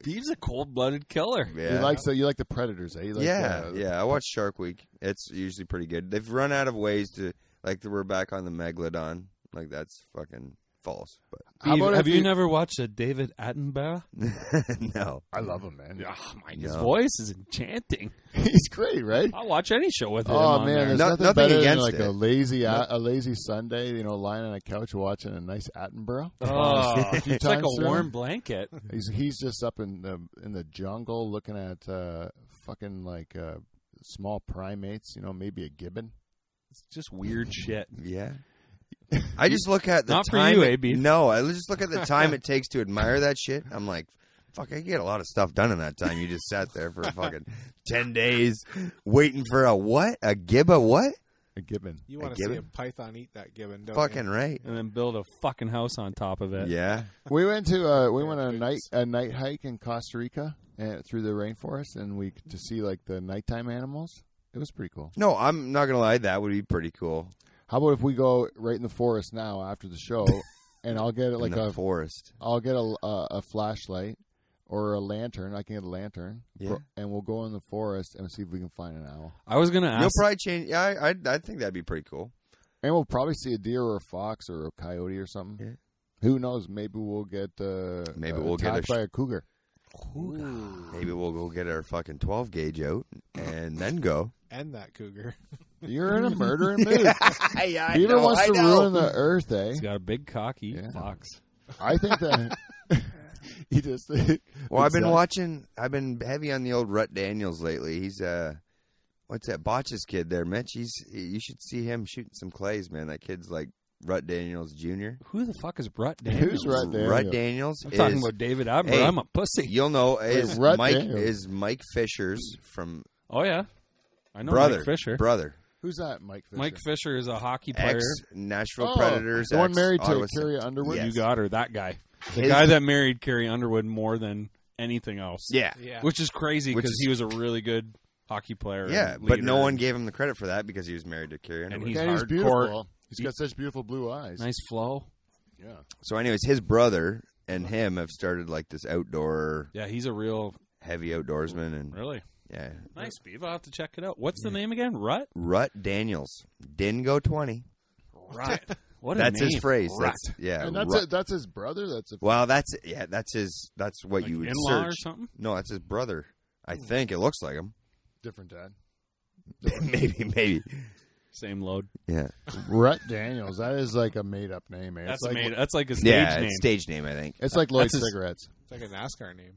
He's a cold blooded killer. Yeah, you like so you like the predators, eh? You like, yeah, uh, yeah. I watch Shark Week. It's usually pretty good. They've run out of ways to like. We're back on the megalodon. Like that's fucking false. How about have if you never watched a David Attenborough? But no, I love him, man. Oh, my, his No. voice is enchanting. He's great, right? I'll watch any show with him. Oh on man, there. there's No- nothing, nothing better than against like it. a lazy a, a lazy Sunday, you know, lying on a couch watching a nice Attenborough. Oh, A few it's like a times through. warm blanket. He's he's just up in the in the jungle looking at uh, fucking like uh, small primates, you know, maybe a gibbon. It's just weird shit. yeah. I just look at the Not for time. you, it- AB. No, I just look at the time it takes to admire that shit. I'm like, fuck, I get a lot of stuff done in that time. You just sat there for fucking ten days waiting for a what? A gibba what? A gibbon. You A want to see a gibbon? python eat that gibbon? Don't Fucking You? right. And then build a fucking house on top of it. Yeah. We went to uh, we went on a Good. night a night hike in Costa Rica and through the rainforest, and we to see like the nighttime animals. It was pretty cool. No, I'm not gonna lie. That would be pretty cool. How about if we go right in the forest now after the show, and I'll get like in the a forest. I'll get a, a, a flashlight or a lantern. I can get a lantern, Yeah. Bro- and we'll go in the forest and see if we can find an owl. I was gonna You'll ask. probably change. Yeah, I, I, I think that'd be pretty cool. And we'll probably see a deer or a fox or a coyote or something. Yeah. Who knows? Maybe we'll get uh, Maybe uh, we'll get a attacked sh- by a cougar. Maybe we'll go get our fucking 12 gauge out and then go. And that cougar. You're in a murdering mood. yeah, I Peter know, wants I to know. ruin the earth, eh? He's got a big cocky Yeah. fox. I think that he just. Well, I've been Exactly. watching. I've been heavy on the old Rut Daniels lately. He's uh, what's that botches kid there, Mitch? He's you should see him shooting some clays, man. That kid's like Rut Daniels Jr. Who the fuck is Brett Daniels? Who's Rut Daniels? Rut Daniels I'm is talking about David Attenborough. Hey. I'm a pussy. you'll know is Rut Mike Daniels. is Mike Fisher's from Oh yeah, I know brother Mike Fisher. brother Who's that, Mike? Fisher? Mike Fisher is a hockey player. ex Nashville Oh, Predators. the one ex- married to Ottawa- Carrie Underwood? Yes. You got her. That guy, the His- guy that married Carrie Underwood more than anything else. yeah. Yeah. which is crazy Which because is- he was a really good hockey player. Yeah, and but no leader. one gave him the credit for that because he was married to Carrie Underwood. he's Yeah, he's hardcore. beautiful. He's He- got such beautiful blue eyes. nice flow. Yeah. So, anyways, his brother and him have started like this outdoor, Yeah, he's a real heavy outdoorsman, and really yeah, nice beef. I'll have to check it out. What's the name again? Rut. Rut Daniels, Dingo Twenty. Rut. What a That's his name. phrase. Rut. That's, yeah, and that's Rut. it. That's his brother. That's a Wow, that's yeah, that's his. That's what Like you would in-law or search. something. No, that's his brother. I think it looks like him. different dad. maybe, maybe. Same load. Yeah, Rut Daniels. That is like a made-up name. Man. That's it's like, made. That's like a stage yeah. name. It's stage name, I think. It's like Lloyd That's his- cigarettes. It's like a NASCAR name.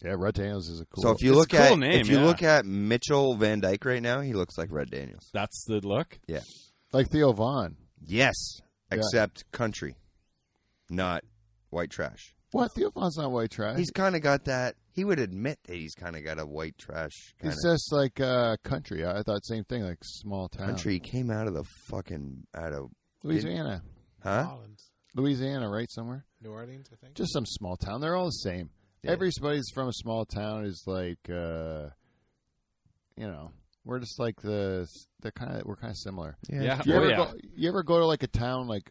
Yeah, Rut Daniels is a cool. So if you It's a look cool at name, if you yeah. look at Mitchell Van Dyke right now, he looks like Red Daniels. That's the look. like Theo Vaughn. Yes, Yeah. except country, not white trash. What? Theo Vaughn's not white trash. He's kind of got that. He would admit that he's kind of got a white trash kind He's of just like uh, country. I I thought same thing, like small town. country. He came out of the fucking out of Louisiana, huh? Orleans. Louisiana, right somewhere. New Orleans, I think. Just some small town. They're all the same. Yeah. Everybody's from a small town is like, uh, you know, we're just like the the kind of we're kind of similar. Yeah. You Oh, ever yeah. go? You ever go to like a town like,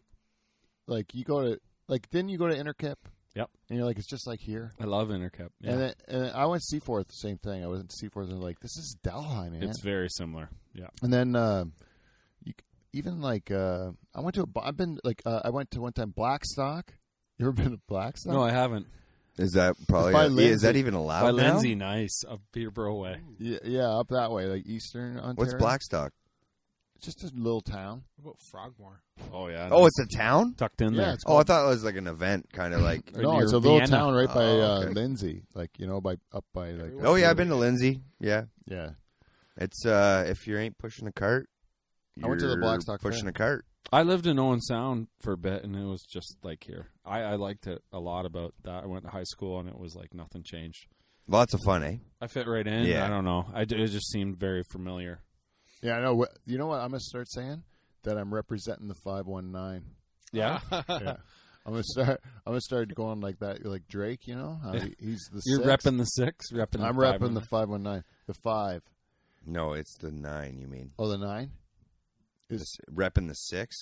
like you go to like didn't you go to Interkip? Yep. And you're like it's just like here. I love Intercup. Yeah. And, then, and then I went Seaforth, same thing. I was in Seaforth and like this is Delhi, man. It's very similar. Yeah. and then uh, you, c- even like uh, I went to a, bo- I've been like uh, I went to one time Blackstock. You ever been to Blackstock? No, I haven't. Is that probably by yeah, is that Lindsay. even allowed By now? Lindsay Nice of Peterborough Way. yeah, yeah, up that way, like Eastern Ontario. What's Blackstock? Just a little town. What about Frogmore? Oh yeah. Oh, it's a town. tucked in yeah, there. it's Oh, I called- thought it was like an event, kind of like. or no, near it's a little Vienna. town right by Oh, uh, okay. Lindsay, like you know, by up by like. oh yeah, I've been to Lindsay. Yeah, Yeah, it's uh if you ain't pushing a cart. I went to the you're Blackstock pushing Fair. a cart. I lived in Owen Sound for a bit, and it was just like here. I, I liked it a lot about that. I went to high school, and it was like nothing changed. Lots of fun, eh? I fit right in. Yeah. I don't know. I d- it just seemed very familiar. Yeah, I know. Wh- You know what? I'm gonna start saying that I'm representing the five one nine. Yeah. Yeah. I'm gonna start. I'm gonna start going like that, like Drake. You know, how he- he's the. You're six. repping the six. Repping. I'm the five repping the one. five one nine. The five. No, it's the nine. You mean Oh, the nine. Is repping the six,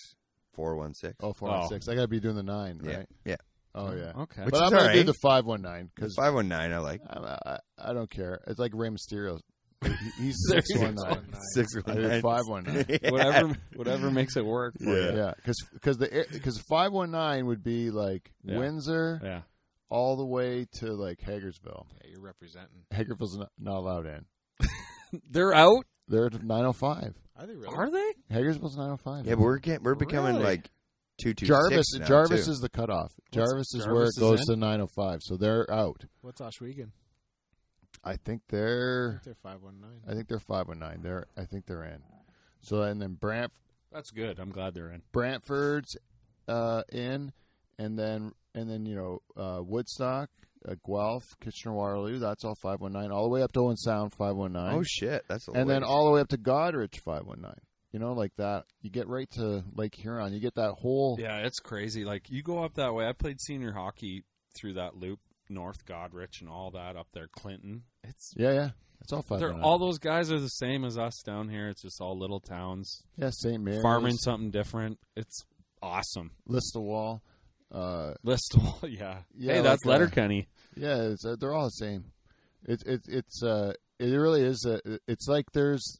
four one six. oh four and Oh. six. I gotta be doing the nine, yeah, right? yeah. Oh yeah. Okay. Which but is I'm gonna do alright. the five one nine because Five one nine. I like I, I, I don't care. It's like Rey Mysterio. He- He's There six one nine. six I one did nine. five one nine. whatever whatever makes it work. For Yeah. You. Yeah, because the because five one nine would be like Yeah. Windsor Yeah. all the way to like Hagersville. Yeah, you're representing. Hagersville's not, not allowed in. They're out. They're at nine oh five. Are they really? Are they? Hagersville's nine oh five. Yeah, but we're get, we're becoming Really? like two two Jarvis six now, Jarvis too. is the cutoff. Jarvis is where Jarvis it is goes in? to nine oh five. So they're out. What's Oshwegan? I think I they're think they're five one nine. I think they're five one nine. They're I think they're in. So and then Brant That's good. I'm glad they're in. Brantford's uh, in, and then and then you know uh, Woodstock, uh, Guelph, Kitchener Waterloo. That's all five one nine, all the way up to Owen Sound five one nine, Oh shit, that's a and then ways. all the way up to Godrich five one nine. You know, like that. You get right to Lake Huron. You get that whole. Yeah, it's crazy. Like you go up that way. I played senior hockey through that loop, North Godrich and all that up there, Clinton. It's yeah, yeah. It's all five. they're all those guys are the same as us down here. It's just all little towns yeah. St. Mary's, farming something different. It's awesome. Listowel. Uh, Listowel, yeah. Yeah, hey, that's like, uh, Letterkenny. Yeah, it's, uh, they're all the same. It it it's uh it really is a, it's like there's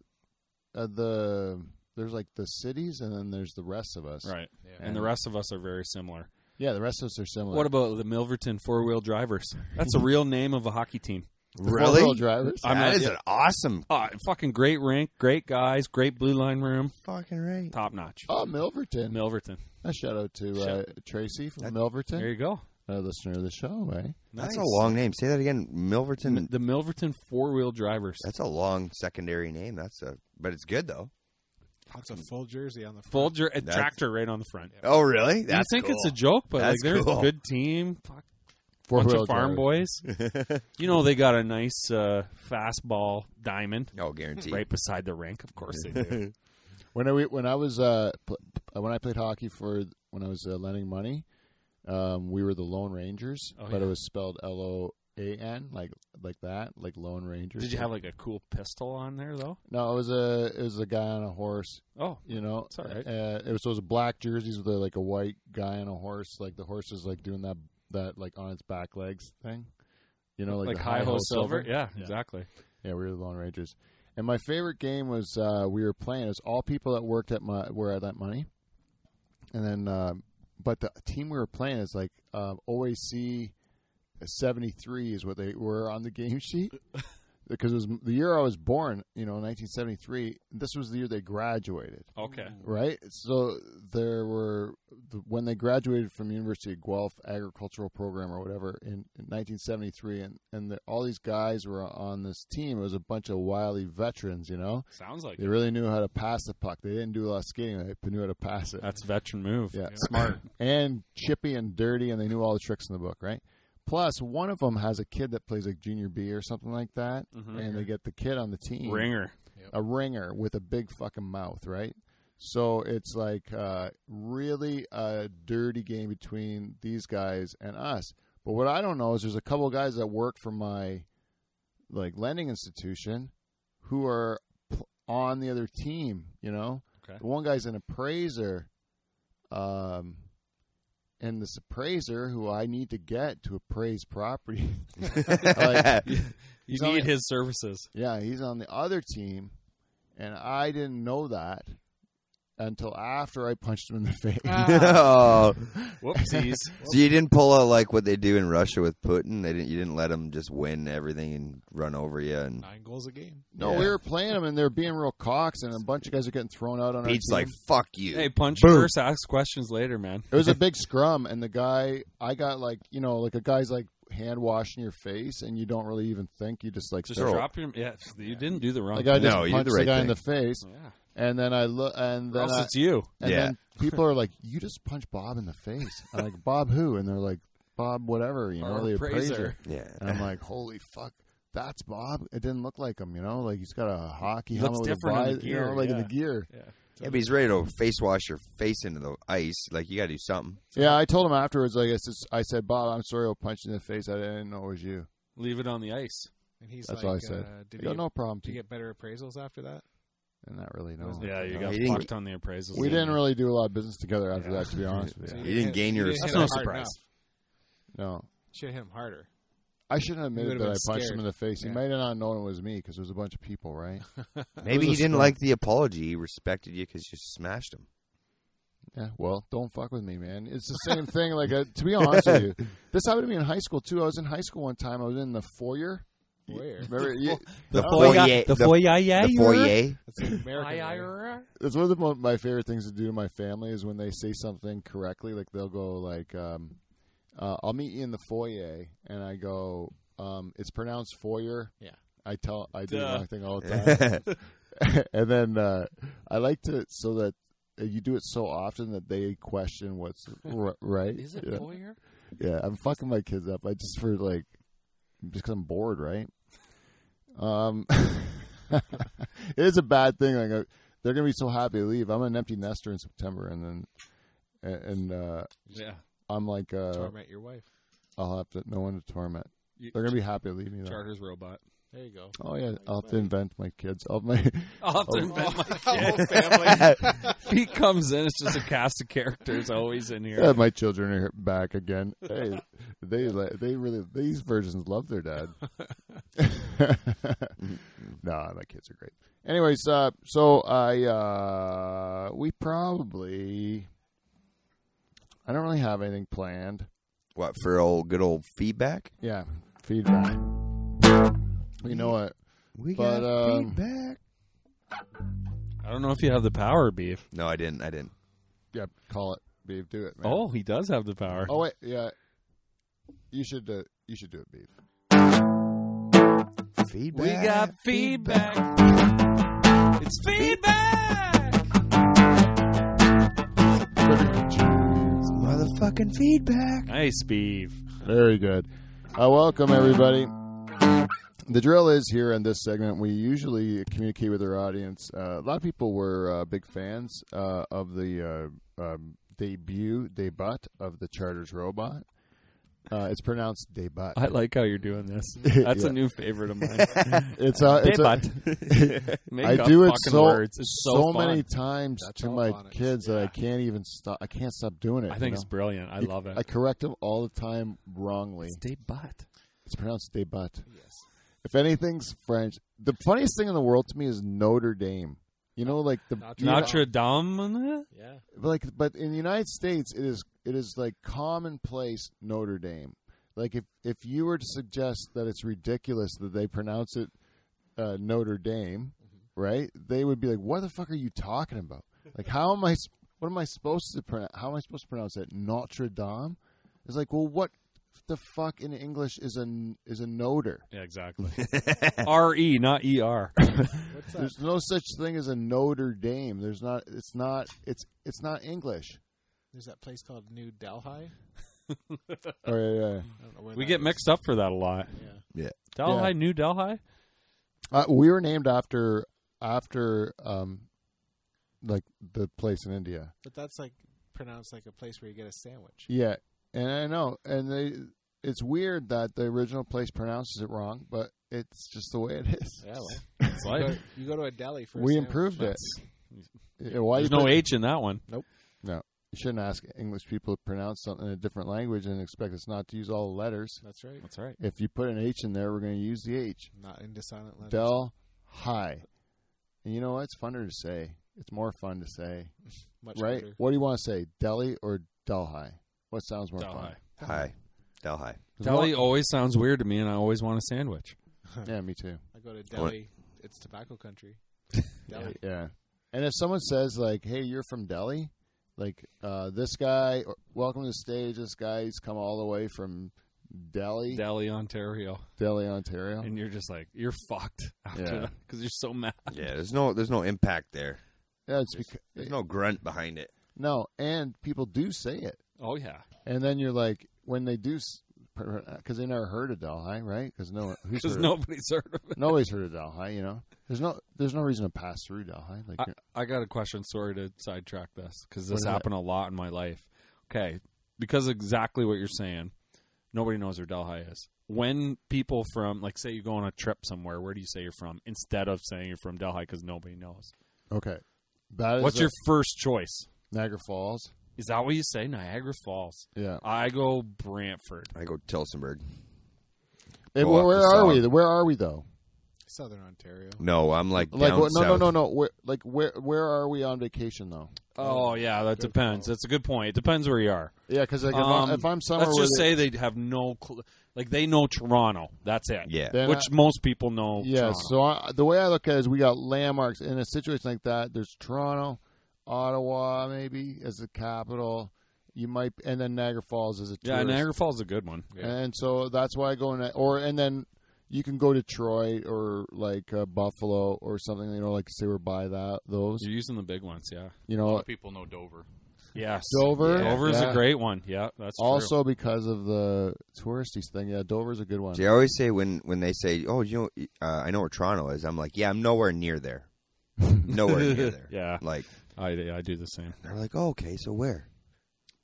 uh, the there's like the cities and then there's the rest of us. right. Yeah. And the rest of us are very similar. Yeah, the rest of us are similar. What about the Milverton four wheel drivers? That's a real name of a hockey team. really? Four-wheel drivers. I'm That not- is yeah. an awesome Oh, fucking great rink, great guys, great blue line room, fucking rate. top notch. Oh, Milverton. Milverton. a shout out to uh, Tracy from There Milverton, you go. a listener of the show, eh? Nice. That's a long name. Say that again, Milverton. The Milverton four wheel drivers. That's a long secondary name. That's a, but it's good though. That's a full jersey on the front. Full dr- a That's- tractor right on the front. Oh really? You That's think it's a cool. joke, but like That's they're cool. a good team. Fuck, Four bunch of farm boys. you know they got a nice uh, fastball diamond Oh, guaranteed. right beside the rink. Of course they do. When I when I was uh pl- when I played hockey for when I was uh, lending money, um, we were the Lone Rangers, Oh, but yeah. it was spelled L O A N like like that, like Lone Rangers. Did you have like a cool pistol on there though? No, it was a it was a guy on a horse. Oh, You know, It's all right. Uh, it was those black jerseys with uh, like a white guy on a horse. Like the horse is like doing that that like on its back legs thing. You know, like, like, the high ho Hi-Ho silver. Yeah, Yeah. exactly. Yeah, we were the Lone Rangers. And my favorite game was uh, we were playing. It was all people that worked at my were at that money, and then uh, but the team we were playing is like uh, OAC seventy three is what they were on the game sheet because it was the year I was born. You know, nineteen seventy three. This was the year they graduated Okay. right? So there were the- when they graduated from University of Guelph agricultural program or whatever in, in 1973, and and the, all these guys were on this team. It was a bunch of wily veterans, you know. Sounds like They really knew how to pass the puck. They didn't do a lot of skating. They knew how to pass it. that's a veteran move. Yeah. Smart. And chippy and dirty, and they knew all the tricks in the book, right? Plus, one of them has a kid that plays like junior B or something like that, Mhm. and they get the kid on the team Ringer. a ringer with a big fucking mouth, right? So it's like uh, really a dirty game between these guys and us. But what I don't know is there's a couple guys that work for my like lending institution who are pl- on the other team. You know, Okay. the one guy's an appraiser, um, and this appraiser who I need to get to appraise property. Like- You He's need only- his services. Yeah, he's on the other team, and I didn't know that until after I punched him in the face. Ah. oh, Whoopsies. so you didn't pull out like what they do in Russia with Putin. They didn't. You didn't let him just win everything and run over you. And Nine goals a game. no, Yeah. we were playing him, and they're being real cocks, and a bunch of guys are getting thrown out on Pete's our like, team. "Fuck you." hey, punch Boom. first, ask questions later, man. it was a big scrum, and the guy I got like you know like a guy's like hand washing your face, and you don't really even think you just like Just throw. drop your yeah. You didn't do the wrong. Like I just No, you did the punched right guy in thing. the face, thing. yeah. and then I look, and Or then else I, it's you. And Yeah. then people are like, "You just punched Bob in the face." I'm like, "Bob who?" And they're like, "Bob whatever." You know, Our the appraiser. appraiser. yeah. And I'm like, "Holy fuck!" that's Bob. It didn't look like him, you know. Like he's got a hockey He helmet looks with a different on the visor, you know, gear, like in the yeah. gear. Yeah. Yeah, but he's ready to face wash your face into the ice. Like you got to do something. Yeah, I told him afterwards. Like I said, I said, Bob, I'm sorry, I'll punch you in the face. I didn't know it was you. Leave it on the ice. And he's That's like, what I said. Uh, I did, go, you, no problem. did To you get better appraisals after that? And that really no. Wasn't Yeah, you No. got He didn't- fucked on the appraisals. We didn't really do a lot of business together after that, to be honest with So you. You didn't didn't hit- gain your you didn't hit That's him no surprise. hard enough. No, Should hit him harder. I shouldn't have admitted would've that I been punched him scared. in the face. He Yeah. might have not known it was me because there was a bunch of people, right? Maybe was he a didn't scrum. like the apology. He respected you because you smashed him. Yeah, well, don't fuck with me, man. It's the same thing. Like, uh, to be honest with you, this happened to me in high school too. I was in high school one time. I was in the foyer. Where? Remember, you, The Oh. foyer, the foyer, yeah, the foyer. That's an American. way. that's one of the, mo- my favorite things to do to my family is when they say something correctly. Like they'll go like, um, uh, "I'll meet you in the foyer," and I go, um, "It's pronounced foyer." Yeah. I tell I do the Duh. wrong thing all the time. and then uh, I like to so that uh, you do it so often that they question what's r- right. Is it yeah. foyer? yeah, I'm fucking my kids up. I just for like just 'cause I'm bored, right? Um, it is a bad thing. Like uh, they're gonna be so happy to leave. I'm an empty nester in September, and then and, and uh, Yeah. I'm like uh, Torment your wife. I'll have to no one to torment. You- They're gonna be happy to leave me. Though. Charter's robot. There you go. Oh yeah, I'll have to invent my kids. I'll my I'll have to Oh. invent my Whole kid. family. he comes in, it's just a cast of characters always in here. Yeah, Uh, my children are back again. Hey, they li- they really these virgins love their dad. nah, my kids are great. Anyways, uh, so I uh, we probably I don't really have anything planned. what for old good old feedback? Yeah, feedback. You know what? We But, got um, feedback. I don't know if you have the power, Beef. No, I didn't. I didn't. Yeah, call it, Beef. Do it. Man. Oh, he does have the power. oh wait, yeah. You should uh, you should do it, Beef. Feedback. We got feedback. It's feedback. It's motherfucking feedback. Nice, Beef. Very good. Uh, welcome, everybody. The drill is here in this segment. We usually communicate with our audience. Uh, a lot of people were uh, big fans uh, of the uh, um, debut, debut of the Charters robot. Uh, it's pronounced debut. I like how you're doing this. Uh, That's Yeah. a new favorite of mine. It's, uh, it's a, Debut. Make I up do it fucking so words. It's so, so fun. many times That's to how my fun it is. kids that I Yeah. can't even stop. I can't stop doing it. I think you it's know? brilliant. I love it. I correct them all the time wrongly. Stay butt. It's pronounced debut. yes. If anything's French, the funniest thing in the world to me is Notre Dame. You know, like the Notre you know, Notre Dame. Yeah. like, but in the United States, it is it is like commonplace Notre Dame. Like if if you were to suggest that it's ridiculous that they pronounce it uh, Notre Dame, right? They would be like, "What the fuck are you talking about? Like, how am I? s- What am I supposed to pronounce? How am I supposed to pronounce that? Notre Dame?" It's like, well, what the fuck in English is a n- is a noter? Yeah, exactly. R E, not E R. What's that? There's no such thing as a Notre Dame. There's not. It's not. It's it's not English. There's that place called New Delhi. Or, uh, I don't know where We that get is. mixed up for that a lot. Yeah. Delhi, Yeah. New Delhi. uh, we were named after after um, like the place in India. But that's like pronounced like a place where you get a sandwich. Yeah, and I know, and they. It's weird that the original place pronounces it wrong, but it's just the way it is. Yeah, well, It's you go, like you go to a deli for. a we sandwich. improved it. That's- Yeah, Why there's you, no put- H in that one. you shouldn't ask English people to pronounce something in a different language and expect us not to use all the letters. That's right. That's right. If you put an H in there, we're going to use the H. Not into silent letters. Del High. And you know what? It's funner to say. It's more fun to say, Much right? harder. What do you want to say, Delhi or Delhi? What sounds more Delhi. fun? Hi, Delhi. Delhi always sounds weird to me, and I always want a sandwich. Yeah, me too. I go to Delhi. It's tobacco country. Delhi. Yeah. And if someone says like, "Hey, you're from Delhi," like uh, this guy, or, welcome to the stage. This guy's come all the way from Delhi, Delhi, Ontario, Delhi, Ontario. and you're just like you're fucked after Oh. Yeah. that because you're so mad. Yeah, there's no there's no impact there. Yeah, it's because, There's no grunt behind it. no, and people do say it. Oh yeah, And then you're like, when they do s- because they never heard of Delhi, right? Because no, one- who's because heard nobody's heard of it. nobody's heard of Delhi. You know, there's no there's no reason to pass through Delhi. Like, I got a question. Sorry to sidetrack this because this What is it? happened a lot in my life. Okay, because exactly what you're saying, nobody knows where Delhi is. When people from, like, say you go on a trip somewhere, where do you say you're from instead of saying you're from Delhi because nobody knows? okay, that is What's a- your first choice? Niagara Falls? Is that what you say? Niagara Falls. Yeah. I go Brantford. I go Tilsonburg. Eh, Go where up where the are south. we? Where are we though? Southern Ontario. No, I'm like, Like down what, no, no south. no no Where like where where are we on vacation though? Oh, yeah, that Good depends. call. That's a good point. It depends where you are. Yeah, because like Um, if, I, if I'm somewhere, Let's where just they- say they have no, cl- like, they know Toronto. That's it. Yeah. Then Which most people know. Yeah, Toronto. so I, the way I look at it is we got landmarks in a situation like that. There's Toronto, Ottawa, maybe as the capital. You might, and then Niagara Falls is a Yeah, tourist. Niagara Falls is a good one. and so that's why I go in. that- Or and then you can go to Detroit or like uh, Buffalo or something. You know, like say we're by that those. You're using the big ones, yeah. You A lot know, of people know Dover. Yes. Dover. Yeah. Dover's yeah. a great one. Yeah, that's Also because of the touristy thing. Yeah, Dover's a good one. See, I always say when, when they say, oh, you know, uh, I know where Toronto is, I'm like, yeah, I'm nowhere near there. nowhere near true. there. yeah, Like, I, I do the same. they're like, oh, okay, so where?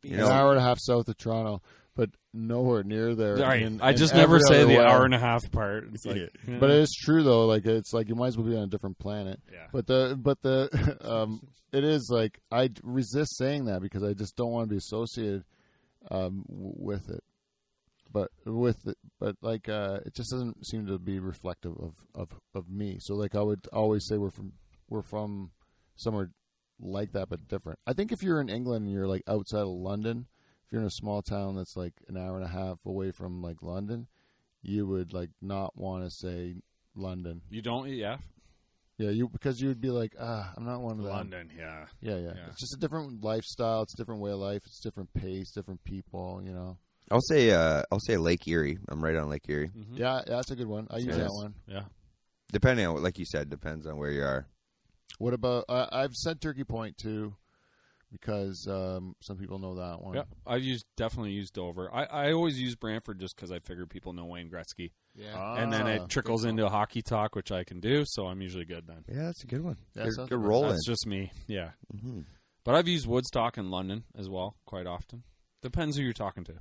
You An know, hour and a half south of Toronto, but nowhere near there. Right. in- I in just never every say other the way. hour and a half part. It's like, yeah. But it is true though. Like it's like you might as well be on a different planet. Yeah. But the but the um, it is like I d- resist saying that because I just don't want to be associated um, w- with it. But with it, but like uh, it just doesn't seem to be reflective of, of of me. So like I would always say we're from we're from somewhere like that but different. I think if you're in England and you're like outside of London, if you're in a small town that's like an hour and a half away from like London, you would like not want to say London. you don't, yeah. Yeah, you because you would be like, ah, I'm not one of them. London, yeah. Yeah, yeah, Yeah. It's just a different lifestyle. It's a different way of life. It's different pace. Different people. You know. I'll say, uh, I'll say Lake Erie. I'm right on Lake Erie. Mhm. Yeah, yeah, that's a good one. I use Yes. that one. Yeah. Depending on, what, like you said, depends on where you are. What about? Uh, I've said Turkey Point too, because um, some people know that one. Yeah, I've used definitely used Dover. I, I always use Brantford just because I figure people know Wayne Gretzky, Yeah. Ah, and then it trickles into hockey talk, which I can do, so I'm usually good then. Yeah, that's a good one. Yeah, good sounds good good. rolling. That's just me, yeah. hmm But I've used Woodstock and London as well quite often. Depends who you're talking to.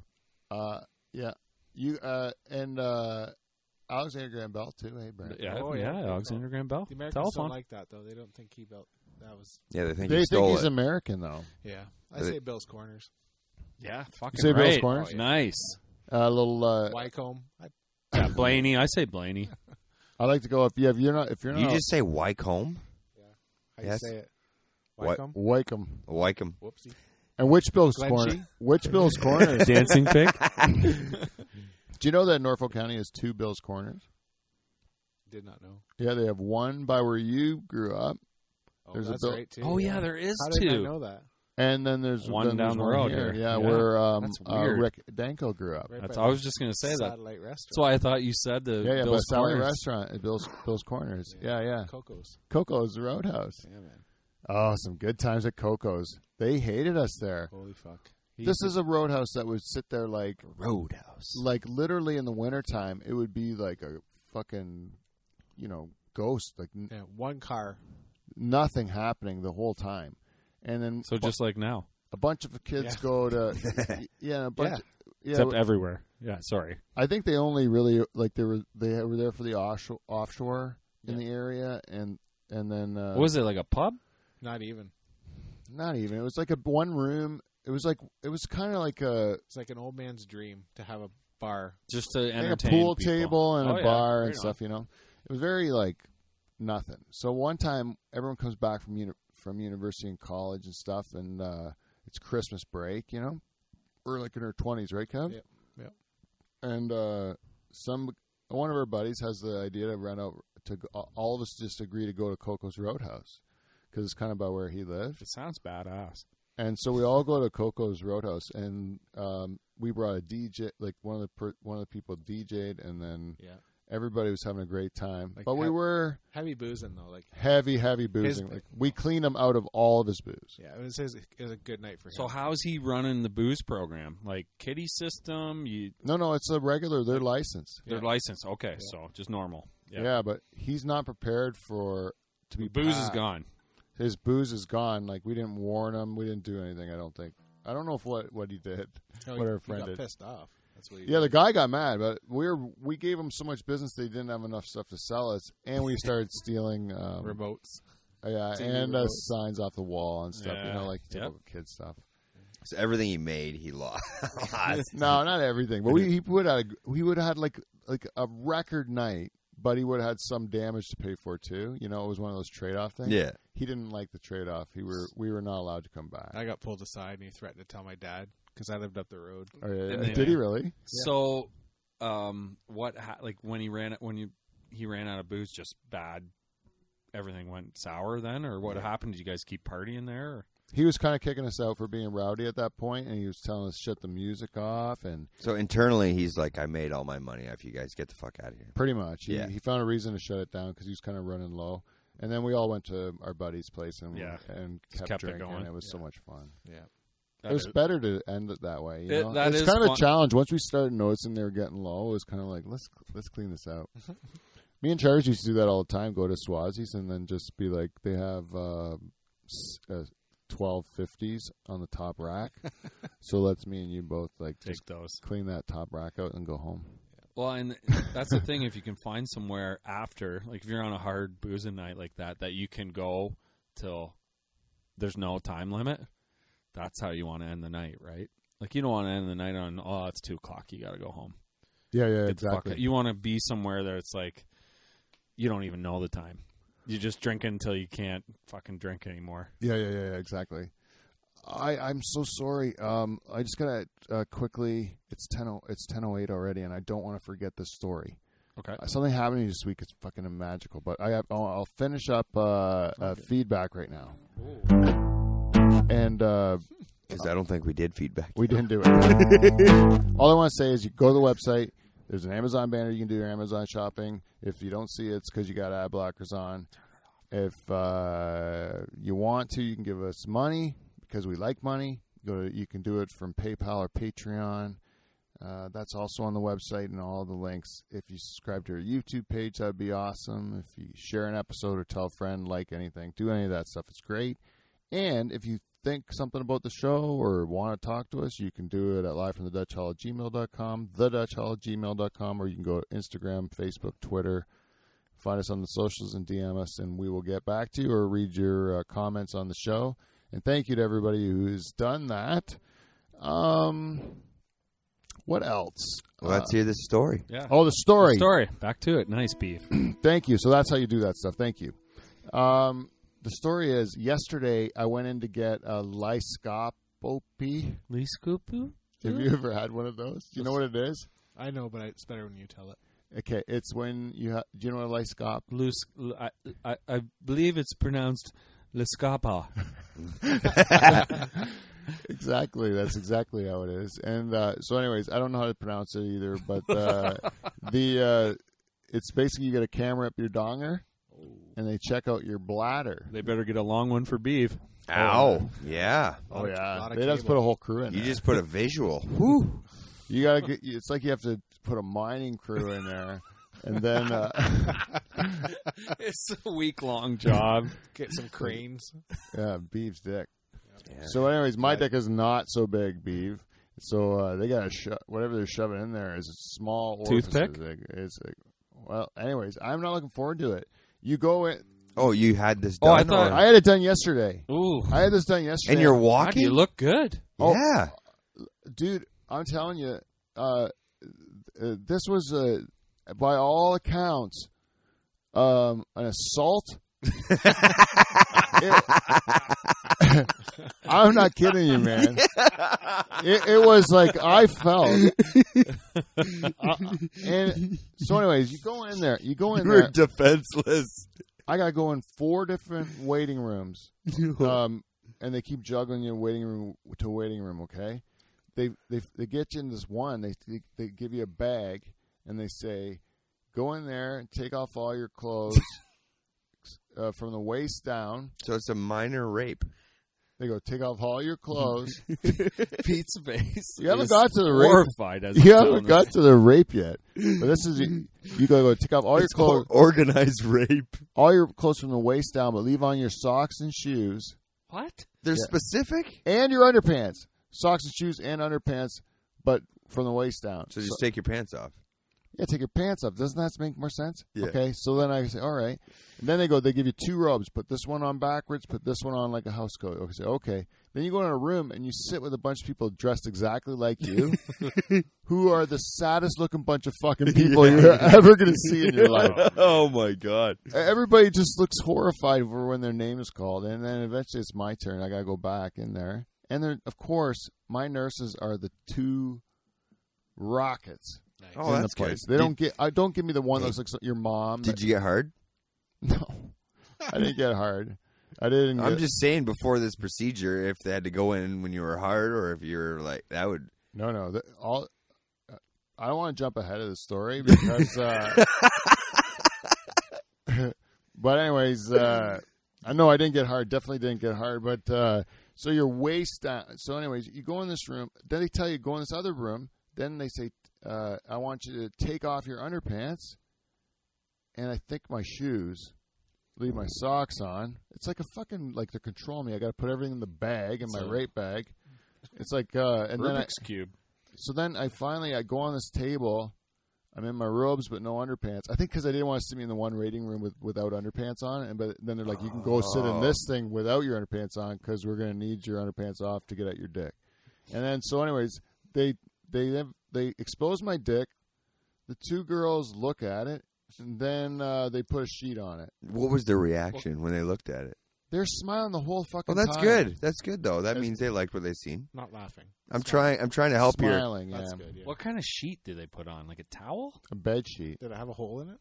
Uh, yeah, you uh, and uh, Alexander Graham Bell too. Hey, Brad. Yeah, Oh, yeah, yeah. Alexander Graham Bell. The Americans Telephone. don't like that though. They don't think he built. That was Yeah, they think They he think stole he's it. American though. yeah. I They- say Bill's Corners. yeah, fucking say Bill's right. Corners? Oh, yeah. Nice. A little. Uh, Wycombe. I, Yeah, Blaney. I say Blaney. I like to go if you if you're not if you're not you just say Wycombe? how you Yes. say it? Wy- Wycombe. Wycombe Wycombe. Whoopsie. and which Bill's Glen G? corner? Which Bill's corner? Dancing pig. Do you know that Norfolk County has two Bill's Corners? Did not know. Yeah, they have one by where you grew up, Oh, There's a that's Bill- right too. Oh yeah, there is How did I two. know that? and then there's One then down there's the one road here. here. Yeah. Yeah, where um, That's uh, weird. Rick Danko grew up. Right That's. by I was just gonna say that. satellite restaurant. That's why I thought you said the Yeah, yeah, Bill's but Sally Corners. Restaurant, at Bill's Bill's Corners. Yeah, Yeah. yeah. Coco's. Coco's Roadhouse. Yeah, man. Oh, some good times at Coco's. They hated us there. Holy fuck. This is a roadhouse that would sit there like Roadhouse. like literally in the wintertime, it would be like a fucking you know, ghost, like n- Yeah, one car. nothing happening the whole time. And then So just like now, a bunch of kids go to yeah, a bunch yeah. except everywhere. Yeah, sorry. I think they only really like they were they were there for the offshore, offshore in the area and and then uh, what was it like a pub? Not even. not even it was like a one room. It was like it was kind of like a, It's like an old man's dream to have a bar. Just to like a entertain pool people. table and Oh, a yeah. bar Right and on. stuff. You know, it was very like nothing. So one time everyone comes back from uni- from university and college and stuff, and uh, it's Christmas break. You know, we're like in our twenties, right, Kev? Yep, yep. And uh, some one of our buddies has the idea to run out to go- all of us just agree to go to Coco's Roadhouse because it's kind of by where he lived. It sounds badass. And so we all go to Coco's Roadhouse, and um, we brought a DJ, like one of the per, one of the people DJ'd, and then Yeah. Everybody was having a great time, Like but we how- were Heavy boozing though, like heavy, heavy boozing. His- like we cleaned him out of all of his booze. yeah, it was his, it was a good night for him. So how's he running the booze program? Like kitty system? You No, no, it's a regular. They're licensed. they're Yeah. licensed. Okay, so just normal. Yeah. Yeah. but he's not prepared for to be Booze is packed. gone. His booze is gone. Like we didn't warn him. We didn't do anything. I don't think. I don't know if what what he did. Oh, what he, our he friend got did. pissed off. That's what he Yeah, the guy got mad, but we were we gave him so much business they didn't have enough stuff to sell us, and we started stealing um, remotes. yeah, TV and uh, remotes. signs off the wall and stuff. You Yeah. know, like Yep. typical kid stuff. So everything he made, he lost. No, not everything. But we he would have he would have had like like a record night, but he would have had some damage to pay for too. You know, it was one of those trade off things. yeah. he didn't like the trade off. He were we were not allowed to come back. I got pulled aside and he threatened to tell my dad because I lived up the road. Oh, yeah, And yeah. they- Did he really? So, um, what ha- like when he ran when you he ran out of booze, just bad. Everything went sour then, or what happened? Did you guys keep partying there? Or? He was kind of kicking us out for being rowdy at that point, and he was telling us shut the music off and So internally, he's like, I made all my money off you guys. Get the fuck out of here. Pretty much. He, Yeah. he found a reason to shut it down because he was kind of running low. And then we all went to our buddy's place and Yeah. and Just kept, kept it drinking. going. was so much fun. That it was is- better to end it that way. You It- know? that it's is kind of a fun. challenge. Once we started noticing they were getting low, it was kind of like let's let's clean this out. Me and Charles used to do that all the time. Go to Swazi's and then just be like, they have uh, s- uh, twelve fifties on the top rack, so let's me and you both like take just those. clean that top rack out and go home. Well, and that's the thing. If you can find somewhere after, like if you're on a hard boozing night like that, that you can go till there's no time limit. That's how you want to end the night, right? Like you don't want to end the night on oh it's two o'clock, you got to go home. Yeah, yeah, Get the fuck exactly. out. you want to be somewhere that it's like you don't even know the time. You just drink until you can't fucking drink anymore. Yeah, yeah, yeah, yeah, exactly. I I'm so sorry. Um, I just gotta uh, quickly. It's ten o it's ten o eight already, and I don't want to forget this story. Okay. Uh, something happened to me this week. It's fucking magical. But I have. I'll, I'll finish up uh, uh, feedback right now. And uh, Because I don't think we did feedback. we didn't do it. All I want to say is you go to the website. There's an Amazon banner. You can do your Amazon shopping. If you don't see it, it's because you got ad blockers on. If uh, you want to, you can give us money because we like money. Go to, you can do it from PayPal or Patreon. Uh, that's also on the website and all the links. If you subscribe to our YouTube page, that'd be awesome. If you share an episode or tell a friend, like anything, do any of that stuff, it's great. And if you think something about the show or want to talk to us, you can do it at live from the Dutch Hall at gmail.com, the Dutch Hall at gmail.com, or you can go to Instagram, Facebook, Twitter. Find us on the socials and DM us, and we will get back to you or read your uh, comments on the show. And thank you to everybody who's done that. Um, what else? Well, let's hear this story. Yeah. Oh, the story. Story. Back to it. Nice beef. Thank you. So that's how you do that stuff. Thank you. Um, the story is yesterday I went in to get a lyscopy. Lee Scoopu? Have you ever had one of those? Do you know what it is? I know, but it's better when you tell it. Okay, it's when you ha- do you know what a lyscop? Loose, I, I, I believe it's pronounced Lescapa. exactly, that's exactly how it is. And uh, so, anyways, I don't know how to pronounce it either, but uh, the uh, it's basically you get a camera up your donger, and they check out your bladder. They better get a long one for beef. Ow. Yeah. Oh yeah, lot of they just put cable. a whole crew in. You there. just put a visual. You gotta get. It's like you have to put a mining crew in there, and then uh, it's a week long job. Get some cranes. yeah, Beeve's dick. Yeah. So, anyways, my dick is not so big, Beeve. So uh, they gotta sho- whatever they're shoving in there is small orifices. Toothpick? Like, It's like, well, anyways, I'm not looking forward to it. You go in. Oh, you had this done. Oh, I thought- or- I had it done yesterday. Ooh. I had this done yesterday. and you're God, walking? you look good. Oh. Yeah. dude, I'm telling you, uh, uh, this was uh, by all accounts um, an assault. It- I'm not kidding you, man. It, it was like I felt, Uh, and so, anyways, you go in there. You go in there. defenseless. I got to go in four different waiting rooms. Uh, um, and they keep juggling you waiting room to waiting room. Okay, they they they get you in this one. They they, they give you a bag and they say, Go in there and take off all your clothes uh, from the waist down. So it's a minor rape. They go, take off all your clothes. Pete's face. You haven't is got to the rape. horrified as You I'm haven't telling got to the rape yet. But this is you go go take off all your It's called clothes, organized rape. all your clothes from the waist down, but leave on your socks and shoes What? They're Yeah. specific. and your underpants, socks and shoes and underpants, but from the waist down. So just take your pants off. Yeah, take your pants off. Doesn't that make more sense? Yeah. Okay, so then I say, all right. And then they go, they give you two robes. Put this one on backwards. Put this one on like a house coat. Okay, say, okay. Then you go in a room and you sit with a bunch of people dressed exactly like you, who are the saddest looking bunch of fucking people you're ever going to see in your life. oh my god. Everybody just looks horrified for when their name is called, and then eventually it's my turn. I gotta go back in there, and then of course my nurses are the two rockets Nice. Oh, in that's the good. place. They don't get. I don't give me the one that looks like your mom. Did you get hard? No, I didn't get hard. I didn't. I'm get- just saying before this procedure, if they had to go in when you were hard, or if you were like that would. no, no. The, all. uh, I don't want to jump ahead of the story because. Uh, but anyways, uh, I know I didn't get hard. Definitely didn't get hard. But uh, so your waist down. So anyways, you go in this room. Then they tell you go in this other room. Then they say, uh, "I want you to take off your underpants." And I think my shoes. Leave my socks on. It's like a fucking like they're controlling me. I got to put everything in the bag in my So- rape bag. It's like uh, and then I, Rubik's cube. so then I finally I go on this table. I'm in my robes but no underpants. I think because I didn't want to sit me in the one rating room with without underpants on. And but then they're like, you can go sit in this thing without your underpants on because we're gonna need your underpants off to get at your dick. And then so anyways, they they they expose my dick. The two girls look at it and then uh, they put a sheet on it. What was their reaction when they looked at it? They're smiling the whole fucking. Well, that's time. good. That's good though. That That's- means they liked what they seen. Not laughing. I'm trying. I'm trying to help here. Smiling, yeah. That's good. Yeah. What kind of sheet did they put on? Like a towel? A bed sheet. Did it have a hole in it?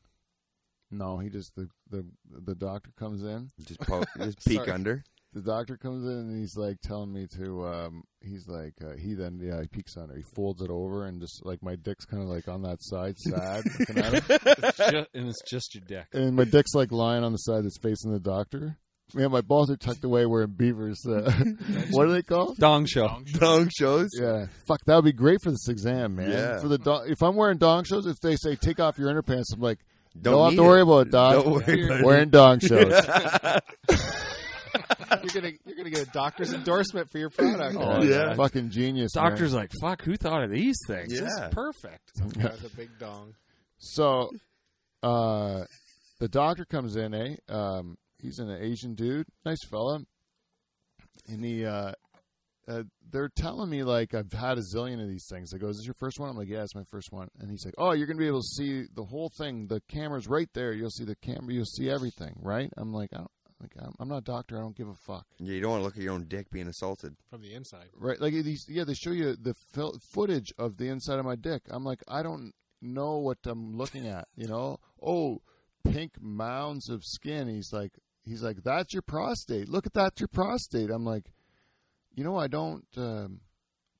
No, he just the the the doctor comes in. Just, poke, just peek Sorry. under. the doctor comes in and he's like telling me to um he's like uh, he then yeah he peeks under he folds it over and just like my dick's kind of like on that side sad looking at him. It's ju- and it's just your dick. and my dick's like lying on the side that's facing the doctor man my balls are tucked away where in beavers uh, what are they called Dong show. Dong show. Dong shows. yeah fuck that would be great for this exam man Yeah. for the do- if i'm wearing dong shows if they say take off your underpants i'm like Don't don't, have need to worry it. about it doc Don't worry about it. wearing dong shows You're gonna you're gonna get a doctor's endorsement for your product. Oh, yeah. fucking genius man. Doctor's like, fuck, who thought of these things? This is Yeah. perfect. That's a big dong. So, uh, the doctor comes in. Eh, um, he's an Asian dude, nice fella, and he. Uh, uh, they're telling me like I've had a zillion of these things. They go, "Is this your first one?" I'm like, "Yeah, it's my first one." And he's like, "Oh, you're gonna be able to see the whole thing. The camera's right there. You'll see the camera. You'll see everything, right?" I'm like, "I don't." Like I'm- I'm not a doctor. I don't give a fuck. Yeah, you don't want to look at your own dick being assaulted. From the inside. Right? Like these, yeah, they show you the fil- footage of the inside of my dick. I'm like, I don't know what I'm looking at. You know? Oh, pink mounds of skin. He's like, he's like, that's your prostate. Look at that, your prostate. I'm like, you know, I don't um,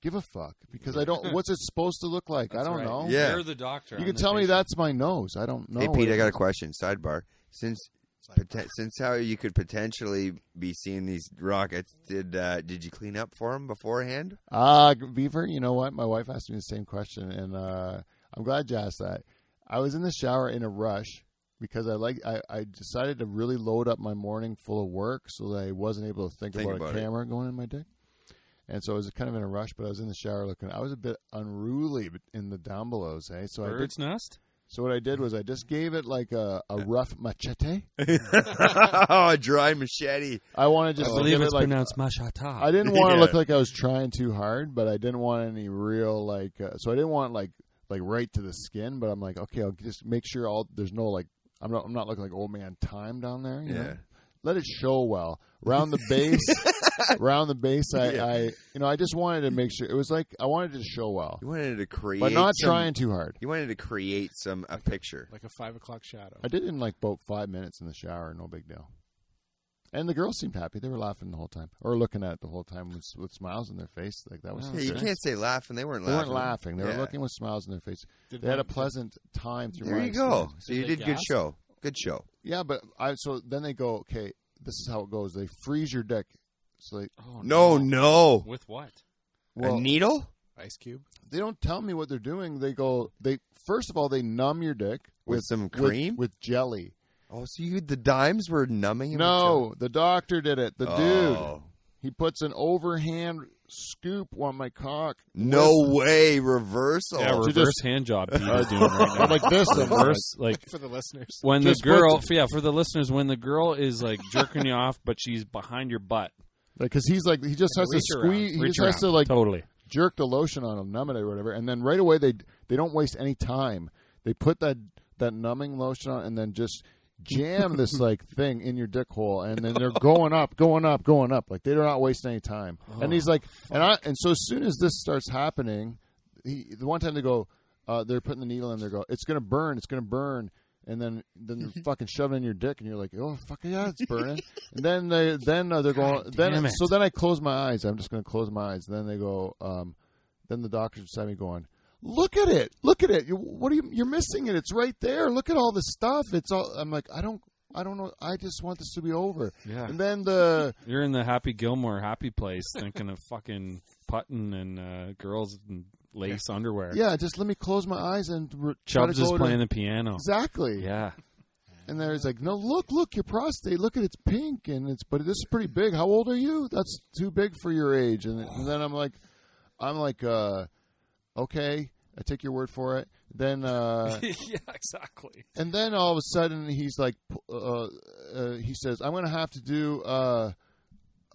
give a fuck because I don't. What's it supposed to look like? I That's don't right. know. Yeah. You're the doctor. You I'm can the tell me patient. that's my nose. I don't know. hey Pete, what I it got a is. question. Sidebar. Since poten- since how you could potentially be seeing these rockets, did uh, did you clean up for them beforehand? Ah, Beaver, you know what? My wife asked me the same question, and uh, I'm glad you asked that. I was in the shower in a rush because I like I, I decided to really load up my morning full of work so that I wasn't able to think, Think about, about a it. camera going in my dick. And so I was kind of in a rush, but I was in the shower looking. I was a bit unruly in the down belows, eh? So I did, Bird's nest? so what I did was I just gave it like a, a rough machete. oh, a dry machete. I wanted just to give it like machata. I didn't want to Yeah. look like I was trying too hard, but I didn't want any real like. Uh, so I didn't want like like right to the skin, but I'm like, okay, I'll just make sure all there's no like. I'm not. I'm not looking like old man time down there. You Yeah. know? Let it show well. Round the base. round the base. I, Yeah. I. You know. I just wanted to make sure it was like I wanted it to show well, You wanted to create, but not some- trying too hard. You wanted to create some a picture. Like a five o'clock shadow. I did it in like about five minutes in the shower. No big deal. And the girls seemed happy. They were laughing the whole time, or looking at it the whole time with, with smiles on their face. Like that was. Yeah, Yeah, you good. can't say laughing. They weren't They laughing. weren't laughing. They Yeah. were looking with smiles on their face. Did They had a one- pleasant time through. There my you go. experience. So you they did good gasp? show. Good show. Yeah, but I so then they go. Okay, this is how it goes. They freeze your dick. So they Oh, No, no. With what? well, a needle? Ice Cube. they don't tell me what they're doing. They go. They first of all they numb your dick With with some with- cream? with, jelly. Oh, so you the dimes were numbing him? Oh. No, the doctor did it. The with dude jelly? he puts an overhand scoop on my cock. dude. No way, reversal. Yeah, reverse just- hand job Peter's doing right now. I'm like this. I'm like, reverse, like for the listeners. when Just the put girl, yeah, for the listeners, when the girl is like jerking you off, but she's behind your butt. because he's like he just has to Reach around. squeeze. He Reach just has around. to like Totally. jerk the lotion on them, numb it or whatever, and then right away they they don't waste any time. They put that that numbing lotion on and then just jam this like thing in your dick hole, and then they're going up, going up, going up. Like they're not wasting any time. and he's like, and I and so as soon as this starts happening, he, the one time they go, uh, they're putting the needle in, they go, it's gonna burn, it's gonna burn. And then, then they're fucking shoving it in your dick, and you're like, "Oh fuck yeah, it's burning." and then they, then uh, they're going, damn then it. so then I close my eyes. I'm just going to close my eyes. Then they go, um, then the doctor's beside me going, "Look at it! Look at it! You, what are you? You're missing it. It's right there. Look at all the stuff. It's all." I'm like, "I don't, I don't know. I just want this to be over." Yeah. And then the You're in the Happy Gilmore happy place, thinking of fucking putting and uh, girls in lace underwear. yeah, just let me close my eyes and re- try Chubbs to is go to- playing the piano. exactly. Yeah. And there's like, "No, look, look, your prostate. Look at it's pink, and it's but this is pretty big. How old are you? That's too big for your age." And, and then I'm like, I'm like, uh, okay. I take your word for it. Then uh, yeah, exactly. and then all of a sudden he's like p- uh, uh, he says i'm going to have to do uh,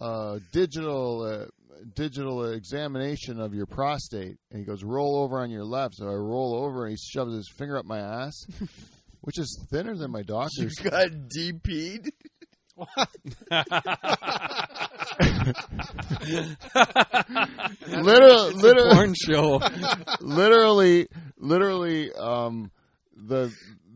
uh, digital uh, digital examination of your prostate and he goes roll over on your left so i roll over and he shoves his finger up my ass which is thinner than my You doctor's got DP'd? literally literally Porn show. literally literally um, the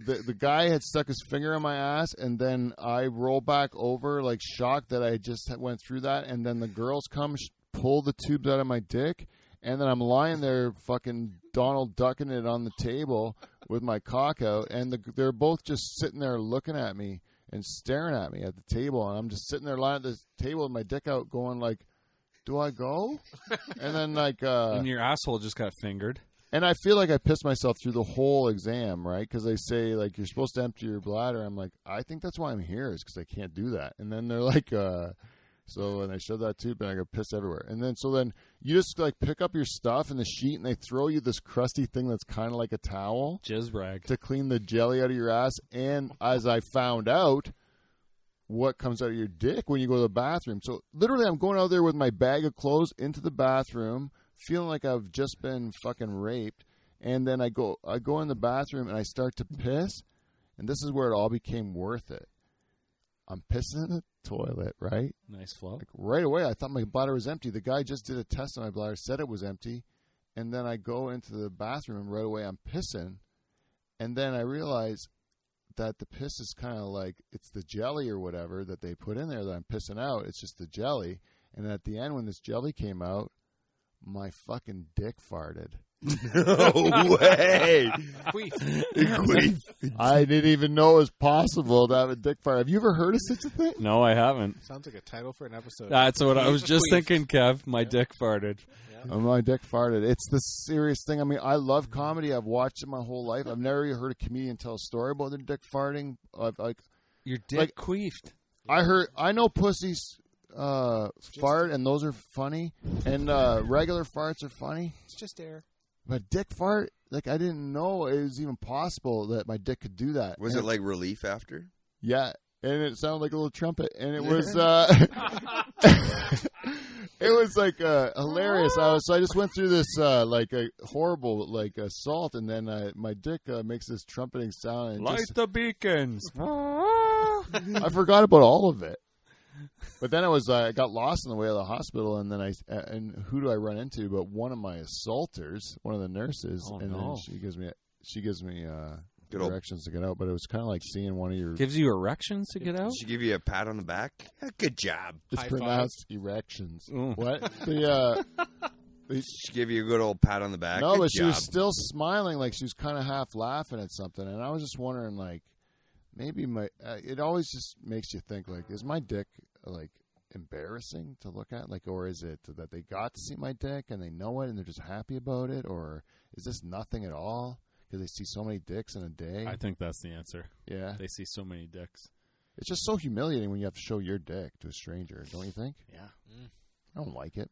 the, the guy had stuck his finger in my ass, and then I roll back over, like shocked that I just had- went through that. And then the girls come, sh- pull the tubes out of my dick, and then I'm lying there, fucking Donald ducking it on the table with my cock out, and the, they're both just sitting there looking at me and staring at me at the table, and I'm just sitting there lying at the table with my dick out, going like, "Do I go?" and then like, uh, and your asshole just got fingered. and I feel like I pissed myself through the whole exam, right? Because they say like you're supposed to empty your bladder. I'm like, I think that's why I'm here is because I can't do that. And then they're like, uh, so and I showed that tube, and I got pissed everywhere. And then so then you just like pick up your stuff and the sheet, and they throw you this crusty thing that's kind of like a towel Jizz rag. to clean the jelly out of your ass. And as I found out, what comes out of your dick when you go to the bathroom. So literally, I'm going out there with my bag of clothes into the bathroom, feeling like I've just been fucking raped. And then I go, I go in the bathroom and I start to piss. And this is where it all became worth it. I'm pissing in the toilet, right? Nice flow. Like right away, I thought my bladder was empty. The guy just did a test on my bladder, said it was empty, and then I go into the bathroom and right away I'm pissing, and then I realize that the piss is kind of like it's the jelly or whatever that they put in there that I'm pissing out. It's just the jelly, and at the end when this jelly came out, my fucking dick farted. No way. Queef. I didn't even know it was possible to have a dick fart. Have you ever heard of such a thing? No, I haven't. Sounds like a title for an episode. That's what I was just Queef. thinking, Kev. My dick farted. Oh, my dick farted. It's the serious thing. I mean, I love comedy. I've watched it my whole life. I've never even heard a comedian tell a story about their dick farting. I've, like, Your dick Like- queefed. I heard, I know pussies uh, fart, and those are funny, and uh, regular farts are funny. it's just air. But dick fart, like, I didn't know it was even possible that my dick could do that. Was And- it like relief after? Yeah, and it sounded like a little trumpet, and it was uh, it was like uh, hilarious. I was so I just went through this uh, like a horrible like assault, and then uh, my dick uh, makes this trumpeting sound. And it Light just, the beacons. I forgot about all of it. But then I was uh, I got lost on the way to the hospital, and then I uh, and who do I run into? But one of my assaulters, one of the nurses, Oh, and no. then she gives me she gives me uh, Good old- directions to get out, but it was kind of like seeing one of your. Gives you erections to get out. Did she give you a pat on the back? Yeah, good job. It's High five. pronounced erections. Mm. What the? Uh, Did she give you a good old pat on the back? no, good but she job. was still smiling, like she was kind of half laughing at something, and I was just wondering, like, maybe my. Uh, it always just makes you think, like, is my dick like embarrassing to look at, like, or is it that they got to see my dick and they know it and they're just happy about it, or is this nothing at all? Because they see so many dicks in a day. I think that's the answer. yeah, They see so many dicks. it's just so humiliating when you have to show your dick to a stranger, don't you think? Yeah. I don't like it.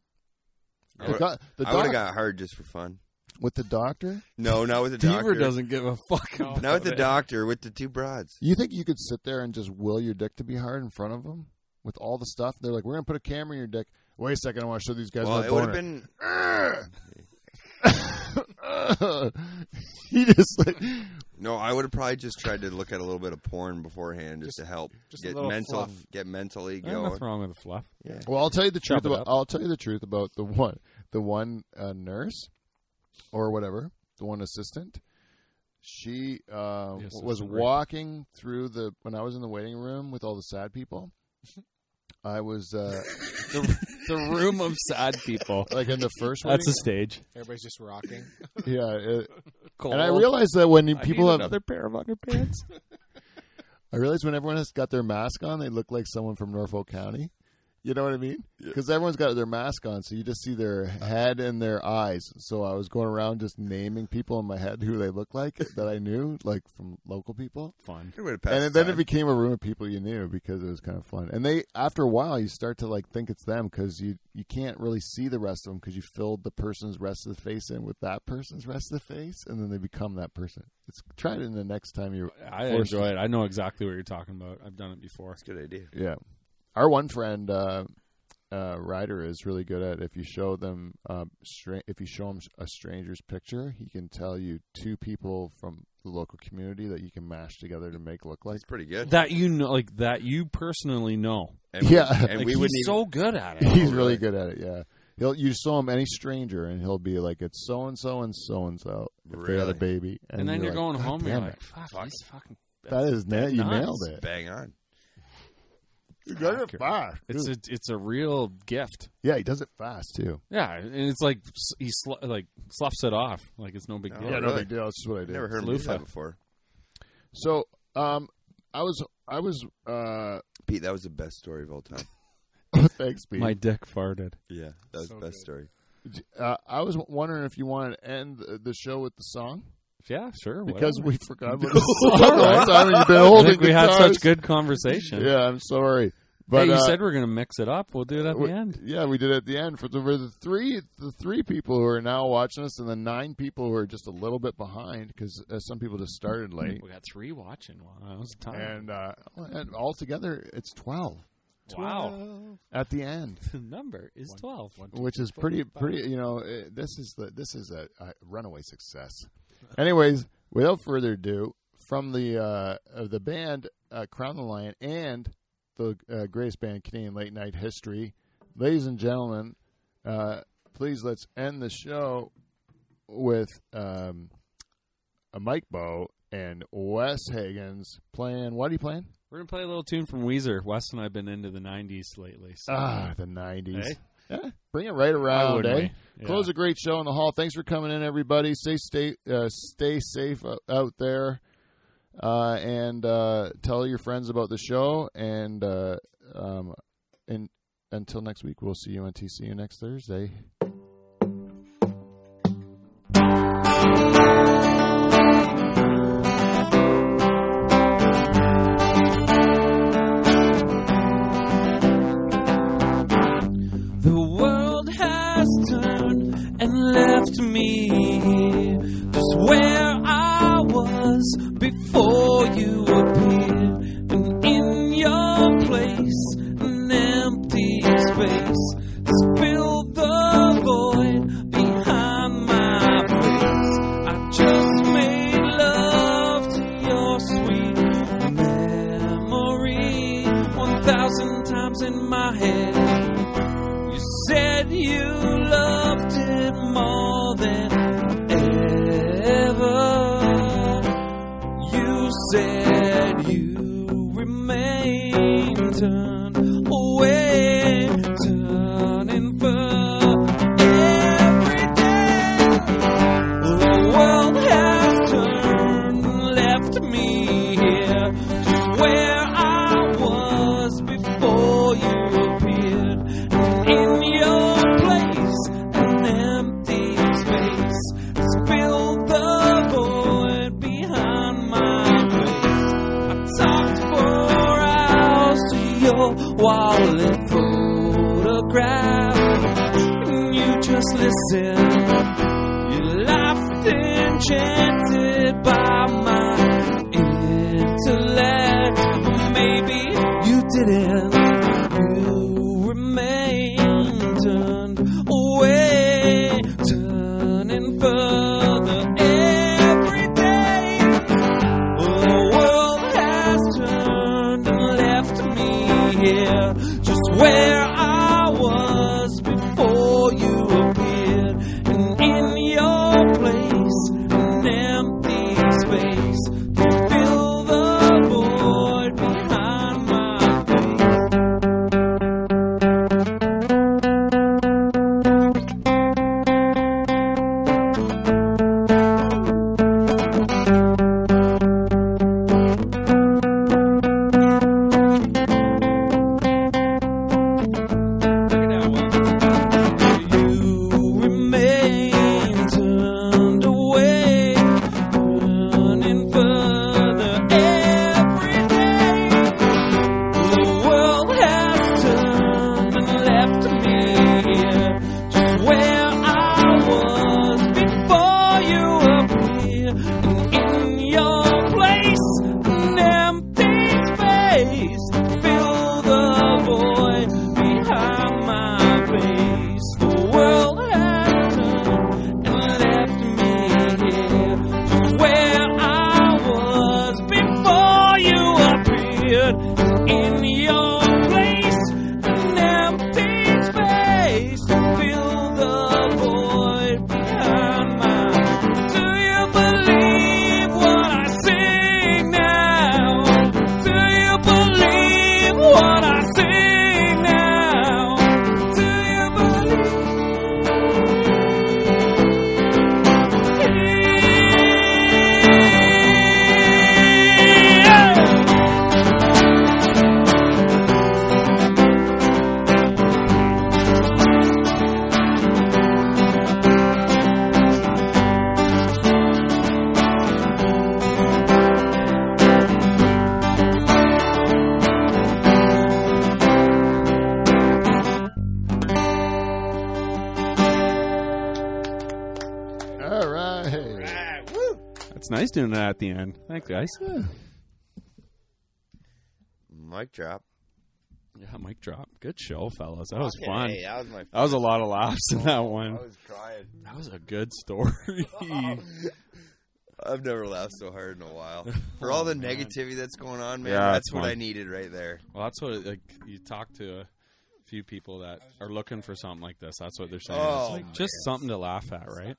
I The would- doc- the I would have doc- got hard just for fun. with the doctor. No, not with the Beaver doctor. doesn't give a fuck. No. about Not with the it. doctor. With the two broads. You think you could sit there and just will your dick to be hard in front of them with all the stuff? They're like, we're gonna put a camera in your dick. Wait a second, I want to show these guys Well, my it would boner. have been. he just like No, I would have probably just tried to look at a little bit of porn beforehand just, to Just- help just a get little mental, fluff. get mentally There's going. nothing wrong with the fluff. Yeah. Well, I'll tell you the Chop truth it about. up. I'll tell you the truth about the one, the one uh, nurse, or whatever, the one assistant. She uh, The assistant, was right. walking through the when I was in the waiting room with all the sad people. I was uh, The room of sad people. like in the first That's waiting. a stage. Everybody's just rocking. yeah, it- Cold. and I realized that when I people need have, another pair of underpants. I realized when everyone has got their mask on, they look like someone from Norfolk County. You know what I mean? Because everyone's got their mask on, so you just see their head and their eyes. So I was going around just naming people in my head who they look like that I knew, like from local people. Fun. It would have And passed. then time. it became a room of people you knew because it was kind of fun. And they, after a while, you start to like think it's them because you you can't really see the rest of them because you filled the person's rest of the face in with that person's rest of the face, and then they become that person. It's try it in the next time you. I Forced- enjoy it. I know exactly what you're talking about. I've done it before. That's a good idea. Yeah. Our one friend, uh, uh, Ryder, is really good at if you show them, uh, stra- if you show him a stranger's picture, he can tell you two people from the local community that you can mash together to make look like. It's pretty good. That you know, like that you personally know. and Yeah. we, and Like, we he's wouldn't even. so good at it. He's really good at it. Yeah. He'll you show him any stranger and he'll be like it's so and so and so and so if they had a Really? baby And, then you're, like, going "God home. and You're damn like, it. fuck, he's fucking. that is na- you nuts. nailed it. bang on. You got it fast, It's a it's a real gift. yeah, he does it fast too. Yeah, and it's like s- he sl- like sloughs it off like it's no big No, deal. Yeah, no really. big deal. That's just what I did. Never heard of Loofah. that before. So, um, I was I was uh, Pete, that was the best story of all time. thanks, Pete. My dick farted. Yeah, that was So the best good. story. Uh, I was wondering if you wanted to end the- the show with the song Yeah, sure. because whatever. we forgot about the song the whole time and you've been holding I think we had guitars. such good conversation. Yeah, I'm sorry, But but you uh, said we're gonna mix it up. We'll do it at we- the end. Yeah, we did it at the end for the, for the three the three people who are now watching us and the nine people who are just a little bit behind because uh, some people just started late. We got three watching. Wow, that was time. And, uh, and all together, it's twelve wow, at the end, the number is twelve. which is pretty pretty. You know, uh, this is the this is a, a runaway success. Anyways, without further ado, from the uh, of the band uh, Crown the Lion and the uh, greatest band in Canadian late night history, ladies and gentlemen, uh, please let's end the show with um, a Mike Bow and Wes Higgins playing. What are you playing? We're gonna play a little tune from Weezer. Wes and I've been into the '90s lately. So Ah, the nineties. Eh? Yeah, bring it right Why around, wouldn't eh? we? Yeah. Close a great show in the hall. Thanks for coming in, everybody. Stay stay uh, stay safe o- out there, uh, and uh, tell your friends about the show. And uh, um, and until next week, we'll see you on TCU next Thursday. The world has turned and left me here, just where I was before you appeared, and in your place, an empty space has filled the void behind my face. I just made love to your sweet memory, one thousand times in my head. You said you loved it more than ever. You you just listen. You laughed enchanted by my intellect. Or maybe you didn't. You remained turned away, turning further every day. Well, the world has turned and left me here, just where I was before you appeared. And in your place, an empty space to fill the void behind my face. You remain turned away, turning further every day. The world has turned and left me here, just where I was before you appear. And in your place, an empty space to fill the void behind my face. The world has turned and left me here, just where I was before you appeared. In your place, an empty space to fill the void behind mine. Do you believe what I sing now? Do you believe what I sing now? Do you believe? All right. That's nice doing that at the end. Thanks, guys. Mic drop. Yeah, mic drop. Good show, fellas. That was Okay, fun. hey, that was my. That was a lot of laughs in that I Oh. one. was crying. That was a good story. I've never laughed so hard in a while. For all the man. negativity that's going on, man, Yeah, that's it's what fun. I needed right there. well, that's what like you talk to a few people that are looking for something like this. That's what they're saying. Oh, it's like just something to laugh at, right?